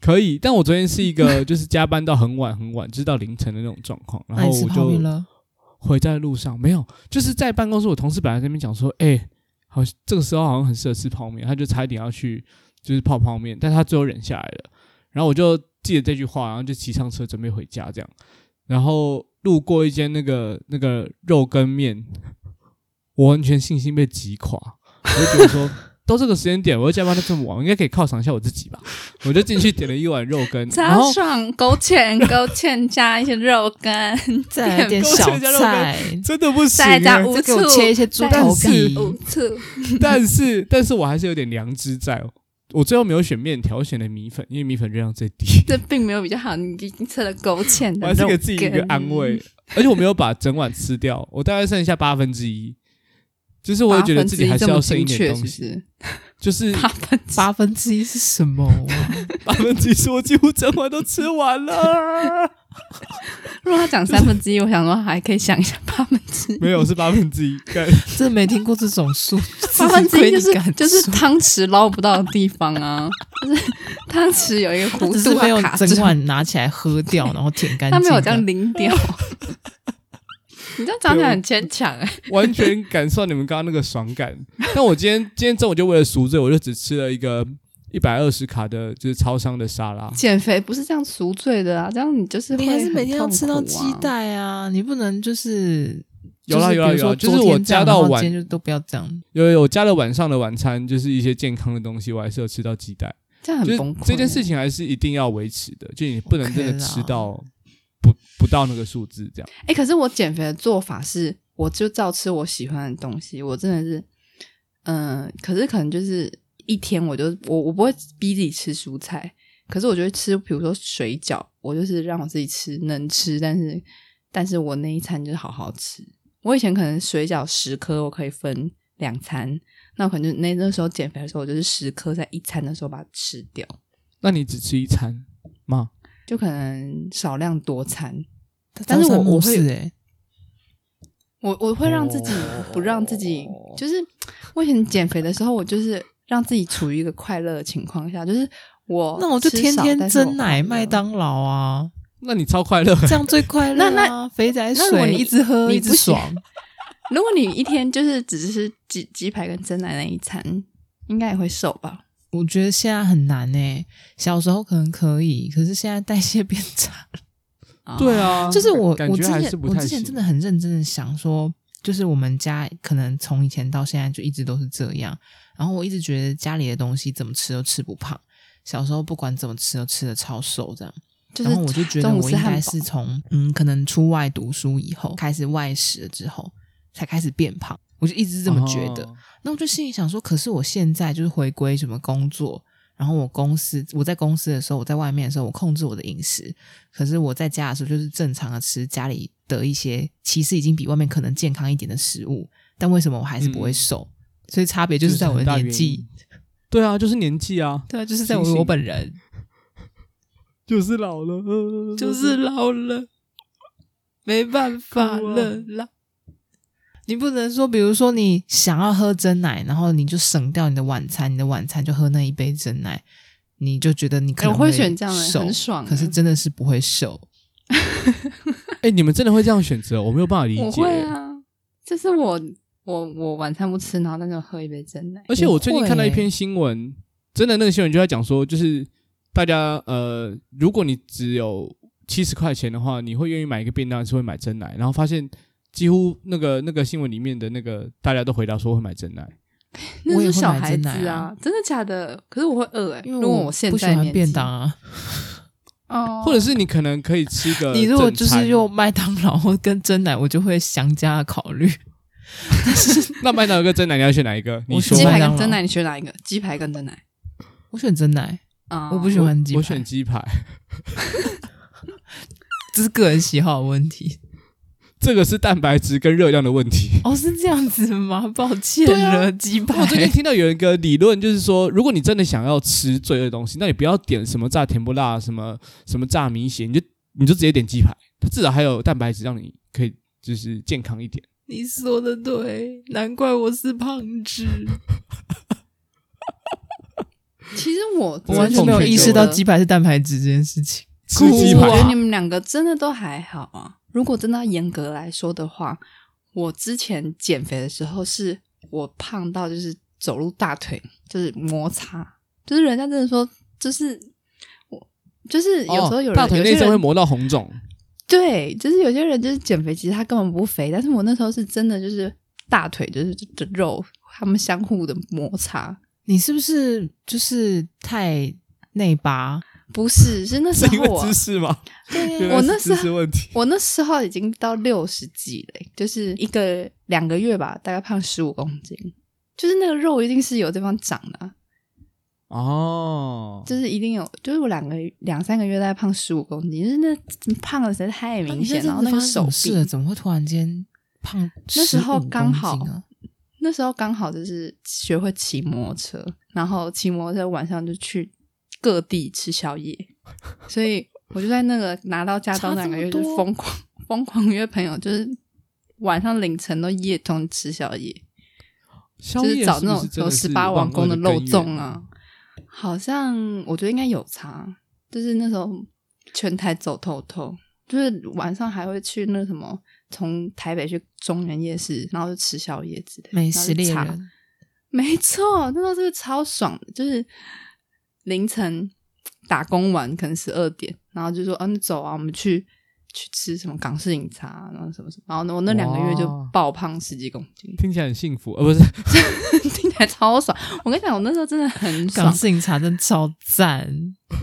Speaker 1: 可以，但我昨天是一个就是加班到很晚很晚，就是到凌晨的那种状况，然
Speaker 2: 那
Speaker 1: 后
Speaker 2: 你吃
Speaker 1: 我
Speaker 2: 泡面
Speaker 1: 就
Speaker 2: 了？
Speaker 1: 回家的路上没有，就是在办公室，我同事本来在那边讲说，哎、好，这个时候好像很适合吃泡面，他就差一点要去就是泡泡面，但他最后忍下来了，然后我就记得这句话，然后就骑上车准备回家这样，然后路过一间那个那个肉羹面， 我完全信心被击垮，我就觉得说。 都这个时间点，我又加班到这么晚，我应该可以犒赏一下我自己吧。我就进去点了一碗肉 羹，然后
Speaker 3: 超爽，勾芡勾芡加一些肉干，
Speaker 2: 再来点
Speaker 1: 勾芡
Speaker 2: 小
Speaker 1: 加肉
Speaker 2: 菜，
Speaker 1: 真的不行、
Speaker 3: 再加
Speaker 1: 欸，
Speaker 3: 五
Speaker 2: 再给
Speaker 3: 醋，
Speaker 2: 我切一些猪头皮
Speaker 3: 再加五醋，
Speaker 1: 但是 但是我还是有点良知在哦。我最后没有选面条，我选了米粉，因为米粉热量最低，
Speaker 3: 这并没有比较好。你已经吃了勾芡的，
Speaker 1: 我还是给自己一个安慰。。而且我没有把整碗吃掉， 我大概剩下八分之一，就是我也觉得自己还是要剩一点东西，就是
Speaker 3: 八分之
Speaker 2: 八分之一是什么？
Speaker 1: 八分之一是我几乎整碗都吃完了，
Speaker 3: 如果他讲三分之一，我想说还可以想一下八分 之一。
Speaker 1: 没有是八分之一，干
Speaker 2: 真的没听过这种数，
Speaker 3: 八分之一就
Speaker 2: 自己亏你
Speaker 3: 是
Speaker 2: 感
Speaker 3: 就是
Speaker 2: 触
Speaker 3: 汤匙捞不到的地方啊，就是汤匙有一个
Speaker 2: 只
Speaker 3: 弧
Speaker 2: 是
Speaker 3: 度
Speaker 2: 没有
Speaker 3: 它卡
Speaker 2: 整
Speaker 3: 住，
Speaker 2: 碗拿起来喝掉，然后舔干净。
Speaker 3: 他没有这样淋掉。 你这样讲起来很牵强哎，
Speaker 1: 完全感受到你们刚刚那个爽感。 但我今天今天中午就为了赎罪，我就只吃了一个一百二十卡的，就是超商的沙拉。
Speaker 3: 减肥不是这样赎罪的啊，这样你就是
Speaker 2: 你还是
Speaker 3: 会
Speaker 2: 每天要
Speaker 3: 很
Speaker 2: 吃
Speaker 3: 痛
Speaker 2: 到
Speaker 3: 苦
Speaker 2: 鸡
Speaker 3: 啊。
Speaker 2: 蛋啊，你不能就是
Speaker 1: 有啦
Speaker 2: 就是
Speaker 1: 有啦
Speaker 2: 比如说
Speaker 1: 有啦就是
Speaker 2: 昨天
Speaker 1: 我
Speaker 2: 这样
Speaker 1: 加到
Speaker 2: 然后
Speaker 1: 晚
Speaker 2: 今天就都不要这样。
Speaker 1: 有有有加了晚上的晚餐，就是一些健康的东西，我还是有吃到鸡蛋。
Speaker 3: 这样很
Speaker 1: 就是
Speaker 3: 崩溃。
Speaker 1: 这件事情还是一定要维持的，就你不能真的
Speaker 2: OK 啦
Speaker 1: 吃到不不到那个数字这样。
Speaker 3: 哎、可是我减肥的做法是，我就照吃我喜欢的东西。我真的是，嗯、可是可能就是一天，我就我我不会逼自己吃蔬菜，可是我就会吃，比如说水饺，我就是让我自己吃能吃，但是但是我那一餐就是好好吃。我以前可能水饺十颗，我可以分两餐，那我可能就那那时候减肥的时候，我就是十颗在一餐的时候把它吃掉，
Speaker 1: 那你只吃一餐吗？
Speaker 3: 就可能少量多餐。
Speaker 2: 但
Speaker 3: 但
Speaker 2: 是
Speaker 3: 是
Speaker 2: 我
Speaker 3: 我
Speaker 2: 我
Speaker 3: 我
Speaker 2: 会
Speaker 3: 会
Speaker 2: 哎，哦
Speaker 3: 我我会让自己不让自己，
Speaker 1: 哦
Speaker 3: 就是我以前减肥的时候，我就是让自己处于一个快乐的情况下，就是我
Speaker 2: 那我就
Speaker 3: 哦吃
Speaker 2: 天
Speaker 3: 少
Speaker 2: 天
Speaker 3: 但是我
Speaker 2: 蒸奶
Speaker 3: 快乐
Speaker 2: 麦当劳 啊，
Speaker 1: 那你超快乐，
Speaker 2: 这样最快乐、啊。
Speaker 3: 那
Speaker 2: 肥仔
Speaker 3: 那如果
Speaker 2: 水
Speaker 3: 你
Speaker 2: 一直喝
Speaker 3: 你
Speaker 2: 一直
Speaker 3: 不喜
Speaker 2: 爽，
Speaker 3: 如果你一天就是只是吃鸡鸡排跟蒸奶那一餐，应该也会瘦吧？
Speaker 2: 我觉得现在很难诶、小时候可能可以，可是现在代谢变差。
Speaker 1: 对
Speaker 3: 哦
Speaker 1: 啊，
Speaker 2: 哦就是我
Speaker 1: 感
Speaker 2: 我
Speaker 1: 感
Speaker 2: 之
Speaker 1: 觉还
Speaker 2: 前
Speaker 1: 是不
Speaker 2: 我
Speaker 1: 太
Speaker 2: 之前
Speaker 1: 行
Speaker 2: 真的很认真的想说，就是我们家可能从以前到现在就一直都是这样，然后我一直觉得家里的东西怎么吃都吃不胖，小时候不管怎么吃都吃的超瘦这样。
Speaker 3: 就是
Speaker 2: 然后我就觉得
Speaker 3: 中午
Speaker 2: 我
Speaker 3: 吃
Speaker 2: 应
Speaker 3: 汉
Speaker 2: 该
Speaker 3: 堡
Speaker 2: 是从嗯，可能出外读书以后开始外食了之后，才开始变胖。我就一直这么觉得。
Speaker 1: 哦
Speaker 2: 那我就心里想说，可是我现在就是回归什么工作，然后我公司我在公司的时候，我在外面的时候，我控制我的饮食，可是我在家的时候就是正常的吃家里的一些，其实已经比外面可能健康一点的食物，但为什么我还是不会
Speaker 1: 嗯
Speaker 2: 瘦？所以差别就是在我
Speaker 1: 很
Speaker 2: 的
Speaker 1: 大
Speaker 2: 年
Speaker 1: 原
Speaker 2: 纪
Speaker 1: 因，。对啊，就是年纪啊，
Speaker 2: 对啊，就是在我
Speaker 1: 醒醒
Speaker 2: 我本人，
Speaker 1: 就是老了，呃
Speaker 2: 就是老了，没办法了啦。啊你不能说，比如说你想要喝真奶，然后你就省掉你的晚餐，你的晚餐就喝那一杯真奶，你就觉得你可能
Speaker 3: 哎我会选这样的
Speaker 2: 瘦
Speaker 3: 很爽啊
Speaker 2: 可是真的是不会瘦。
Speaker 1: 哎，你们真的会这样选择？我没有办法理解。
Speaker 3: 我会啊，就是我我我晚餐不吃，然后但是我喝一杯真奶。
Speaker 1: 而且我最近
Speaker 2: 我会
Speaker 1: 看到一
Speaker 2: 欸
Speaker 1: 篇新闻，真的那个新闻就在讲说，就是大家呃，如果你只有七十块钱的话，你会愿意买一个便当，还是会买真奶？然后发现几乎那个那个新闻里面的那个大家都回答说会买真奶，
Speaker 3: 那
Speaker 2: 我也
Speaker 3: 是
Speaker 2: 会
Speaker 3: 小
Speaker 2: 买
Speaker 3: 孩
Speaker 2: 真
Speaker 3: 子
Speaker 2: 奶啊
Speaker 3: 啊，真的假的？可是我会饿哎、欸，
Speaker 2: 因为
Speaker 3: 如果
Speaker 2: 我
Speaker 3: 现
Speaker 2: 不喜
Speaker 3: 在
Speaker 2: 欢
Speaker 3: 年
Speaker 2: 便
Speaker 3: 纪
Speaker 2: 当啊，
Speaker 3: 哦，
Speaker 1: 或者是你可能可以吃个
Speaker 2: 你如果就
Speaker 1: 呃正餐哦
Speaker 2: 是用麦当劳或跟真奶，我就会详加地考虑。
Speaker 1: 那麦当劳跟真奶，你要选哪一个？你
Speaker 2: 我选
Speaker 1: 说
Speaker 3: 鸡
Speaker 2: 麦
Speaker 3: 排
Speaker 2: 当
Speaker 3: 跟
Speaker 2: 劳
Speaker 3: 真奶，你选哪一个？鸡排跟真奶
Speaker 2: 我选真奶，
Speaker 3: 啊、
Speaker 2: 我不喜欢鸡排，
Speaker 1: 我选鸡排，
Speaker 2: 这是个人喜好的问题。
Speaker 1: 这个是蛋白质跟热量的问题。
Speaker 2: 哦，是这样子吗？抱歉
Speaker 1: 对啊
Speaker 2: 了，鸡 排。
Speaker 1: 我最近听到有一个理论，就是说，如果你真的想要吃罪恶的东西，那你不要点什么炸甜不辣，什么什么炸米血，你就你就直接点鸡排，它至少还有蛋白质，让你可以就是健康一点。
Speaker 2: 你说的对，难怪我是胖子。
Speaker 3: 其实我
Speaker 1: 我
Speaker 2: 我
Speaker 3: 真
Speaker 2: 完
Speaker 3: 的
Speaker 2: 全没有
Speaker 3: 觉得
Speaker 2: 意识到鸡排是蛋白质这件事情。
Speaker 1: 吃鸡
Speaker 3: 我觉得你
Speaker 1: 排，
Speaker 3: 们两个真的都还好啊。如果真的要严格来说的话，我之前减肥的时候是我胖到就是走路大腿就是摩擦，就是人家真的说就是我就是有时候有人、
Speaker 1: 哦大腿
Speaker 3: 有些
Speaker 1: 内侧
Speaker 3: 人
Speaker 1: 会磨到红肿，
Speaker 3: 对，就是有些人就是减肥，其实他根本不肥，但是我那时候是真的就是大腿就是的肉，他们相互的摩擦。
Speaker 2: 你是不是就是太内八？
Speaker 3: 不是，是那时
Speaker 1: 是因
Speaker 3: 候
Speaker 1: 为
Speaker 3: 我
Speaker 1: 姿势 吗？
Speaker 2: 对
Speaker 1: 原来
Speaker 2: 啊，
Speaker 3: 我
Speaker 1: 是
Speaker 3: 那时候
Speaker 1: 姿势问 题。
Speaker 3: 我那时候已经到六十几了欸，就是一个两个月吧，大概胖十五公斤，就是那个肉一定是有地方长的啊、
Speaker 1: 哦，
Speaker 3: 就是一定有，就是我两个两三个月大概胖十五公斤，就是那胖的实在太明显，
Speaker 2: 啊
Speaker 3: 然后那个手
Speaker 2: 是
Speaker 3: 臂，
Speaker 2: 怎么会突然间胖？
Speaker 3: 那时候刚好
Speaker 2: 啊
Speaker 3: 那时候刚好就是学会骑摩托车，然后骑摩托车晚上就去各地吃宵夜，所以我就在那个拿到驾照
Speaker 2: 差
Speaker 3: 那两
Speaker 2: 这
Speaker 3: 个
Speaker 2: 么
Speaker 3: 月就
Speaker 2: 多
Speaker 3: 疯狂疯狂约朋友，就是晚上凌晨都夜通吃宵夜。
Speaker 1: 宵
Speaker 3: 就
Speaker 1: 夜
Speaker 3: 是找那
Speaker 1: 不
Speaker 3: 种
Speaker 1: 真的
Speaker 3: 有十
Speaker 1: 是
Speaker 3: 八王
Speaker 1: 万
Speaker 3: 宫
Speaker 1: 恶
Speaker 3: 的
Speaker 1: 的
Speaker 3: 肉
Speaker 1: 根
Speaker 3: 粽
Speaker 1: 源
Speaker 3: 啊，，好像我觉得应该有差，就是那时候全台走透透，就是晚上还会去那什么，从台北去中原夜市，然后就吃宵夜之类，
Speaker 2: 美
Speaker 3: 然后
Speaker 2: 食
Speaker 3: 就
Speaker 2: 猎
Speaker 3: 查
Speaker 2: 人，
Speaker 3: 没错，那时候真的超爽的，就是凌晨打工完可能十二点，然后就说嗯、你走啊，我们去去吃什么港式饮茶，啊然后什么什么，然后呢我那两个月就
Speaker 1: 哇
Speaker 3: 爆胖十几公斤，
Speaker 1: 听起来很幸福，呃，不是，
Speaker 3: 听起来超爽。我跟你讲，我那时候真的很爽
Speaker 2: 港，式饮茶真超赞。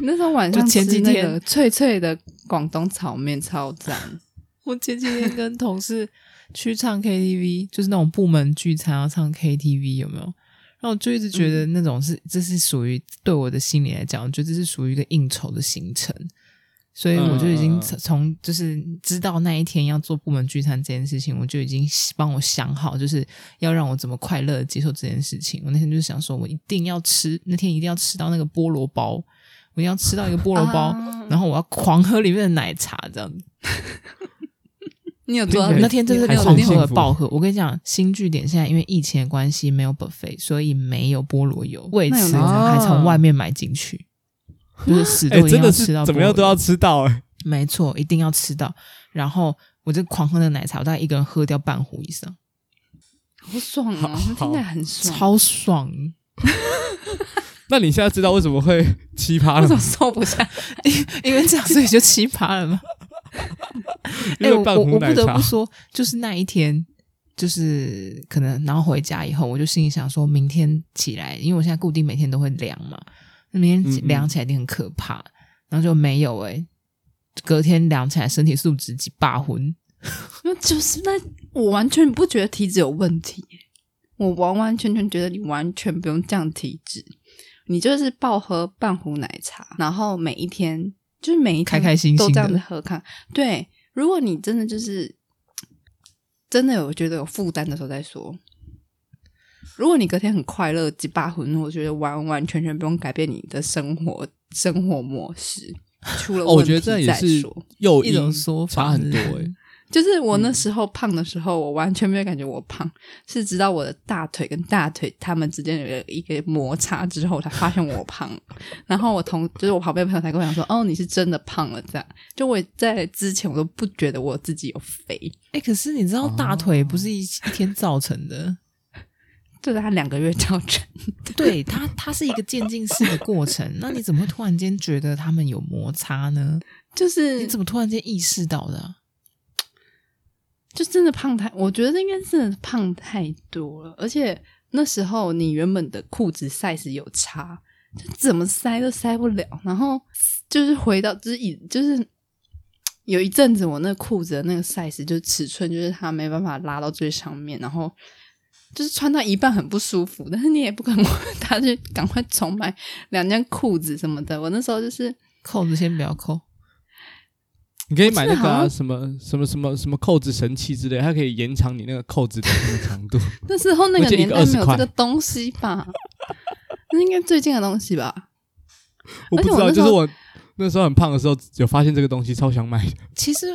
Speaker 3: 那时候晚上
Speaker 2: 就前几
Speaker 3: 吃那
Speaker 2: 天
Speaker 3: 个脆脆的广东炒面超赞，
Speaker 2: 我前几天跟同事去 唱 KTV，就是那种部门聚餐要唱 KTV，有没有？然后我就一直觉得
Speaker 1: 嗯
Speaker 2: 那种是，这是属于对我的心理来讲，我觉得这是属于一个应酬的行程，所以我就已
Speaker 1: 嗯嗯
Speaker 2: 经
Speaker 1: 嗯
Speaker 2: 从从就是知道那一天要做部门聚餐这件事情，我就已经帮我想好，就是要让我怎么快乐地接受这件事情。我那天就是想说，我一定要吃，那天一定要吃到那个菠萝包，我一定要吃到一个菠萝包，
Speaker 3: 啊
Speaker 2: 然后我要狂喝里面的奶茶，这样子。
Speaker 3: 你有做到
Speaker 1: 对
Speaker 2: 那天真是
Speaker 1: 还
Speaker 2: 没有
Speaker 1: 算
Speaker 2: 那
Speaker 1: 幸
Speaker 2: 个
Speaker 1: 福
Speaker 2: 爆喝。我跟你讲，新据点现在因为疫情的关系没有 buffet，所以没有菠萝油，为
Speaker 3: 那有
Speaker 2: 此
Speaker 3: 没有
Speaker 2: 还从外面买进去，就是死
Speaker 1: 哎、
Speaker 2: 都一定
Speaker 1: 真
Speaker 2: 要
Speaker 1: 的
Speaker 2: 吃
Speaker 1: 是
Speaker 2: 到、
Speaker 1: 怎么样都要，吃到、哎，
Speaker 2: 没错，一定要吃到。然后我就狂喝那个奶茶，我大概一个人喝掉半壶以上，
Speaker 3: 好爽
Speaker 1: 好
Speaker 3: 啊！那听起来很爽，
Speaker 2: 超爽，
Speaker 1: 那你现在知道为什么会奇葩
Speaker 3: 为
Speaker 1: 了
Speaker 3: 什么
Speaker 1: 吗？
Speaker 3: 瘦不下？
Speaker 2: 因为这样所以就奇葩了嘛。
Speaker 1: 因
Speaker 2: 哎我
Speaker 1: 为
Speaker 3: 哎
Speaker 1: 半
Speaker 2: 我
Speaker 1: 壶
Speaker 2: 我
Speaker 1: 奶
Speaker 2: 不得
Speaker 1: 茶
Speaker 2: 不，说，就是那一天，就是可能然后回家以后，我就心里想说，明天起来，因为我现在固定每天都会量嘛，那明天起
Speaker 1: 嗯嗯
Speaker 2: 量起来一定很可怕，然后就没有诶、隔天量起来身体素质几霸魂，
Speaker 3: 那就是那我完全不觉得体脂有问题，我完完全全觉得你完全不用降体脂，你就是暴喝半壶奶茶，然后每一天就是每一天
Speaker 2: 开开心心的
Speaker 3: 都这样子喝看。对，如果你真的就是真的有觉得有负担的时候再说。如果你隔天很快乐，几把魂，我觉得完完全全不用改变你的生活生活模式。出了
Speaker 1: 哦，我
Speaker 3: 问
Speaker 1: 觉得
Speaker 3: 题
Speaker 1: 这也
Speaker 3: 再
Speaker 1: 是
Speaker 3: 说。
Speaker 1: 诱
Speaker 2: 一种
Speaker 1: 因
Speaker 2: 说法
Speaker 1: 差很多
Speaker 2: 是不
Speaker 1: 哎、
Speaker 2: 是
Speaker 3: 就是我那时候胖的时候，我完全没有感觉我胖，是直到我的大腿跟大腿他们之间有一个摩擦之后，我才发现我胖 了。然后我同就是我旁边的朋友才跟我讲说：“哦，你是真的胖了。”这样，就我在之前我都不觉得我自己有肥，
Speaker 2: 哎、可是你知
Speaker 1: 哦
Speaker 2: 道大腿不是一、一天造成的，
Speaker 3: 就在他两个月教程。
Speaker 2: 对它它是一个渐进式的过程，那你怎么会突然间觉得他们有摩擦呢？
Speaker 1: 嗯
Speaker 3: 就是
Speaker 2: 你怎么突然间意识到的啊、
Speaker 3: 就真的胖太，我觉得应该真的胖太多了，而且那时候你原本的裤子 size 有差，就怎么塞都塞不了，然后就是回到就是以就是有一阵子我那裤子的那个 size 就是尺寸就是它没办法拉到最上面，然后就是穿到一半很不舒服，但是你也不可能他去赶快重买两件裤子什么的，我那时候就是
Speaker 2: 扣子先不要扣。
Speaker 1: 你可以买那个、
Speaker 3: 我真的好
Speaker 1: 啊、
Speaker 3: 像
Speaker 1: 什么什么什么什么扣子神器之类，它可以延长你那个扣子的那个长度。
Speaker 3: 那时候那
Speaker 1: 我
Speaker 3: 个
Speaker 1: 记得一
Speaker 3: 年
Speaker 1: 个
Speaker 3: 代没有
Speaker 1: 20块
Speaker 3: 这个东西吧， 那应该最近的东西吧。
Speaker 1: 我不知道，
Speaker 3: 而且
Speaker 1: 就是
Speaker 3: 我
Speaker 1: 我那时候很胖的时候，有发现这个东西，超想买。
Speaker 2: 其实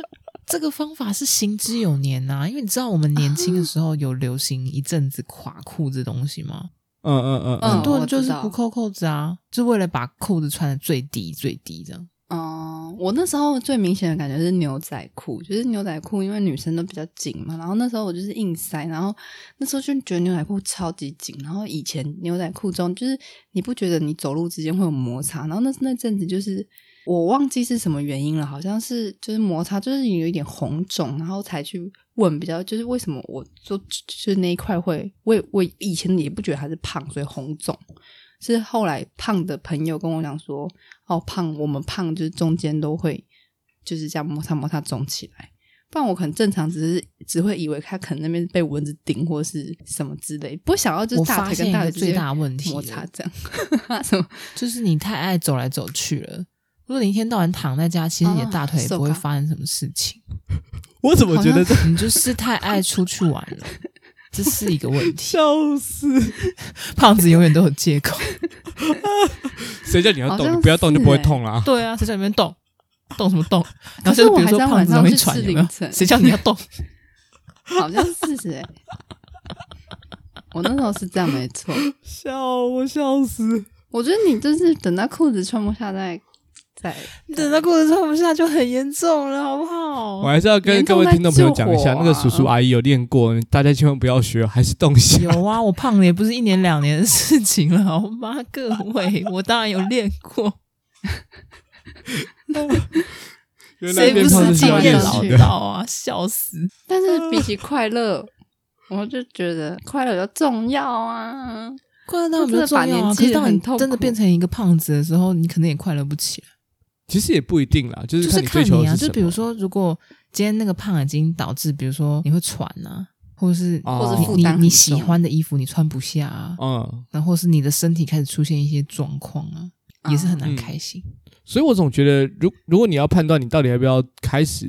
Speaker 2: 这个方法是行之有年呐、因为你知道我们年轻的时候有流行一阵子垮裤这东西吗？
Speaker 1: 嗯嗯嗯
Speaker 3: 嗯
Speaker 2: 很
Speaker 1: 嗯，
Speaker 2: 多人就是
Speaker 3: 我知道
Speaker 2: 不扣扣子啊，就为了把裤子穿的最低最低这样。
Speaker 3: 嗯，我那时候最明显的感觉是牛仔裤，就是牛仔裤，因为女生都比较紧嘛，然后那时候我就是硬塞，然后那时候就觉得牛仔裤超级紧，然后以前牛仔裤中就是你不觉得你走路之间会有摩擦，然后那那阵子就是我忘记是什么原因了，好像是就是摩擦，就是有一点红肿，然后才去问比较，就是为什么我就就是那一块会，我也我以前也不觉得它是胖，所以红肿。是后来胖的朋友跟我讲说，哦，胖，我们胖就是中间都会就是这样摩擦摩擦肿起来，不然我可能正常只是只会以为他可能那边被蚊子叮或是什么之类，不想要就
Speaker 2: 我
Speaker 3: 是大
Speaker 2: 发
Speaker 3: 腿
Speaker 2: 现
Speaker 3: 跟
Speaker 2: 一
Speaker 3: 大
Speaker 2: 个
Speaker 3: 腿之
Speaker 2: 最
Speaker 3: 间
Speaker 2: 大问题
Speaker 3: 摩
Speaker 2: 了，
Speaker 3: 擦这样， 什么
Speaker 2: 就是你太爱走来走去了。如果你一天到晚躺在家，其实
Speaker 3: 啊
Speaker 2: 你的大腿也不会发生什么事情，
Speaker 1: 我怎么觉得这
Speaker 2: 你就是太爱出去玩了， 这是一个问题。
Speaker 1: 笑死？
Speaker 2: 胖子永远都有借口。
Speaker 1: 谁叫你要
Speaker 3: 好像
Speaker 1: 动？你不要动就是不会
Speaker 3: 欸
Speaker 1: 痛 啦。
Speaker 2: 对啊，谁叫你们动？动什么动？然后
Speaker 3: 可是
Speaker 2: 就是比
Speaker 3: 我
Speaker 2: 如
Speaker 3: 还
Speaker 2: 说
Speaker 3: 在
Speaker 2: 胖
Speaker 3: 晚
Speaker 2: 子
Speaker 3: 上
Speaker 2: 容易
Speaker 3: 去
Speaker 2: 喘，
Speaker 3: 吃
Speaker 2: 有没有
Speaker 3: 凌？晨
Speaker 2: 谁叫你要动？
Speaker 3: 好像是哎、我那时候是这样没错。
Speaker 1: 笑我笑死！
Speaker 3: 我觉得你就是等到裤子穿不下再再
Speaker 2: 等到裤子穿不下就很严重了，好不
Speaker 1: 我
Speaker 2: 好？
Speaker 1: 还是要跟
Speaker 3: 严
Speaker 1: 各
Speaker 3: 重
Speaker 1: 位
Speaker 3: 在
Speaker 1: 听众朋友
Speaker 3: 救
Speaker 1: 讲一下，
Speaker 3: 火
Speaker 1: 那个叔叔阿姨有练过，大家千万不要学，还是动一下。
Speaker 2: 有啊，我胖了也不是一年两年的事情了，好吗？各 位，我当然有练过，
Speaker 1: 原来
Speaker 2: 谁
Speaker 1: 练
Speaker 2: 不
Speaker 1: 胖
Speaker 2: 是
Speaker 1: 是
Speaker 2: 经
Speaker 1: 要
Speaker 2: 验
Speaker 1: 练
Speaker 3: 老
Speaker 1: 好
Speaker 2: 老
Speaker 3: 去
Speaker 1: 的。
Speaker 2: 道啊？笑死！
Speaker 3: 但
Speaker 2: 嗯
Speaker 3: 是比起快乐，我就觉得快乐比较重要啊。
Speaker 2: 快乐当然比
Speaker 3: 这
Speaker 2: 较
Speaker 3: 真的把
Speaker 2: 重要啊，
Speaker 3: 年
Speaker 2: 可
Speaker 3: 纪
Speaker 2: 是当
Speaker 3: 很
Speaker 2: 你
Speaker 3: 痛苦
Speaker 2: 真的变成一个胖子的时候，你可能也快乐不起来。
Speaker 1: 其实也不一定啦，就是
Speaker 2: 就是
Speaker 1: 看追
Speaker 2: 看
Speaker 1: 求
Speaker 2: 你
Speaker 1: 的
Speaker 2: 啊，
Speaker 1: 是
Speaker 2: 就
Speaker 1: 什
Speaker 2: 比如
Speaker 1: 么。
Speaker 2: 说，如果今天那个胖已经导致，比如说你会喘啊，或者是
Speaker 1: 哦或者
Speaker 2: 你
Speaker 3: 负担
Speaker 2: 你你
Speaker 3: 很
Speaker 2: 喜
Speaker 3: 重
Speaker 2: 欢的衣服你穿不下啊，
Speaker 1: 嗯，
Speaker 2: 然后是你的身体开始出现一些状况啊，也是很难
Speaker 1: 嗯
Speaker 2: 开心。
Speaker 1: 所以我总觉得，如如果你要判断你到底要不要开始，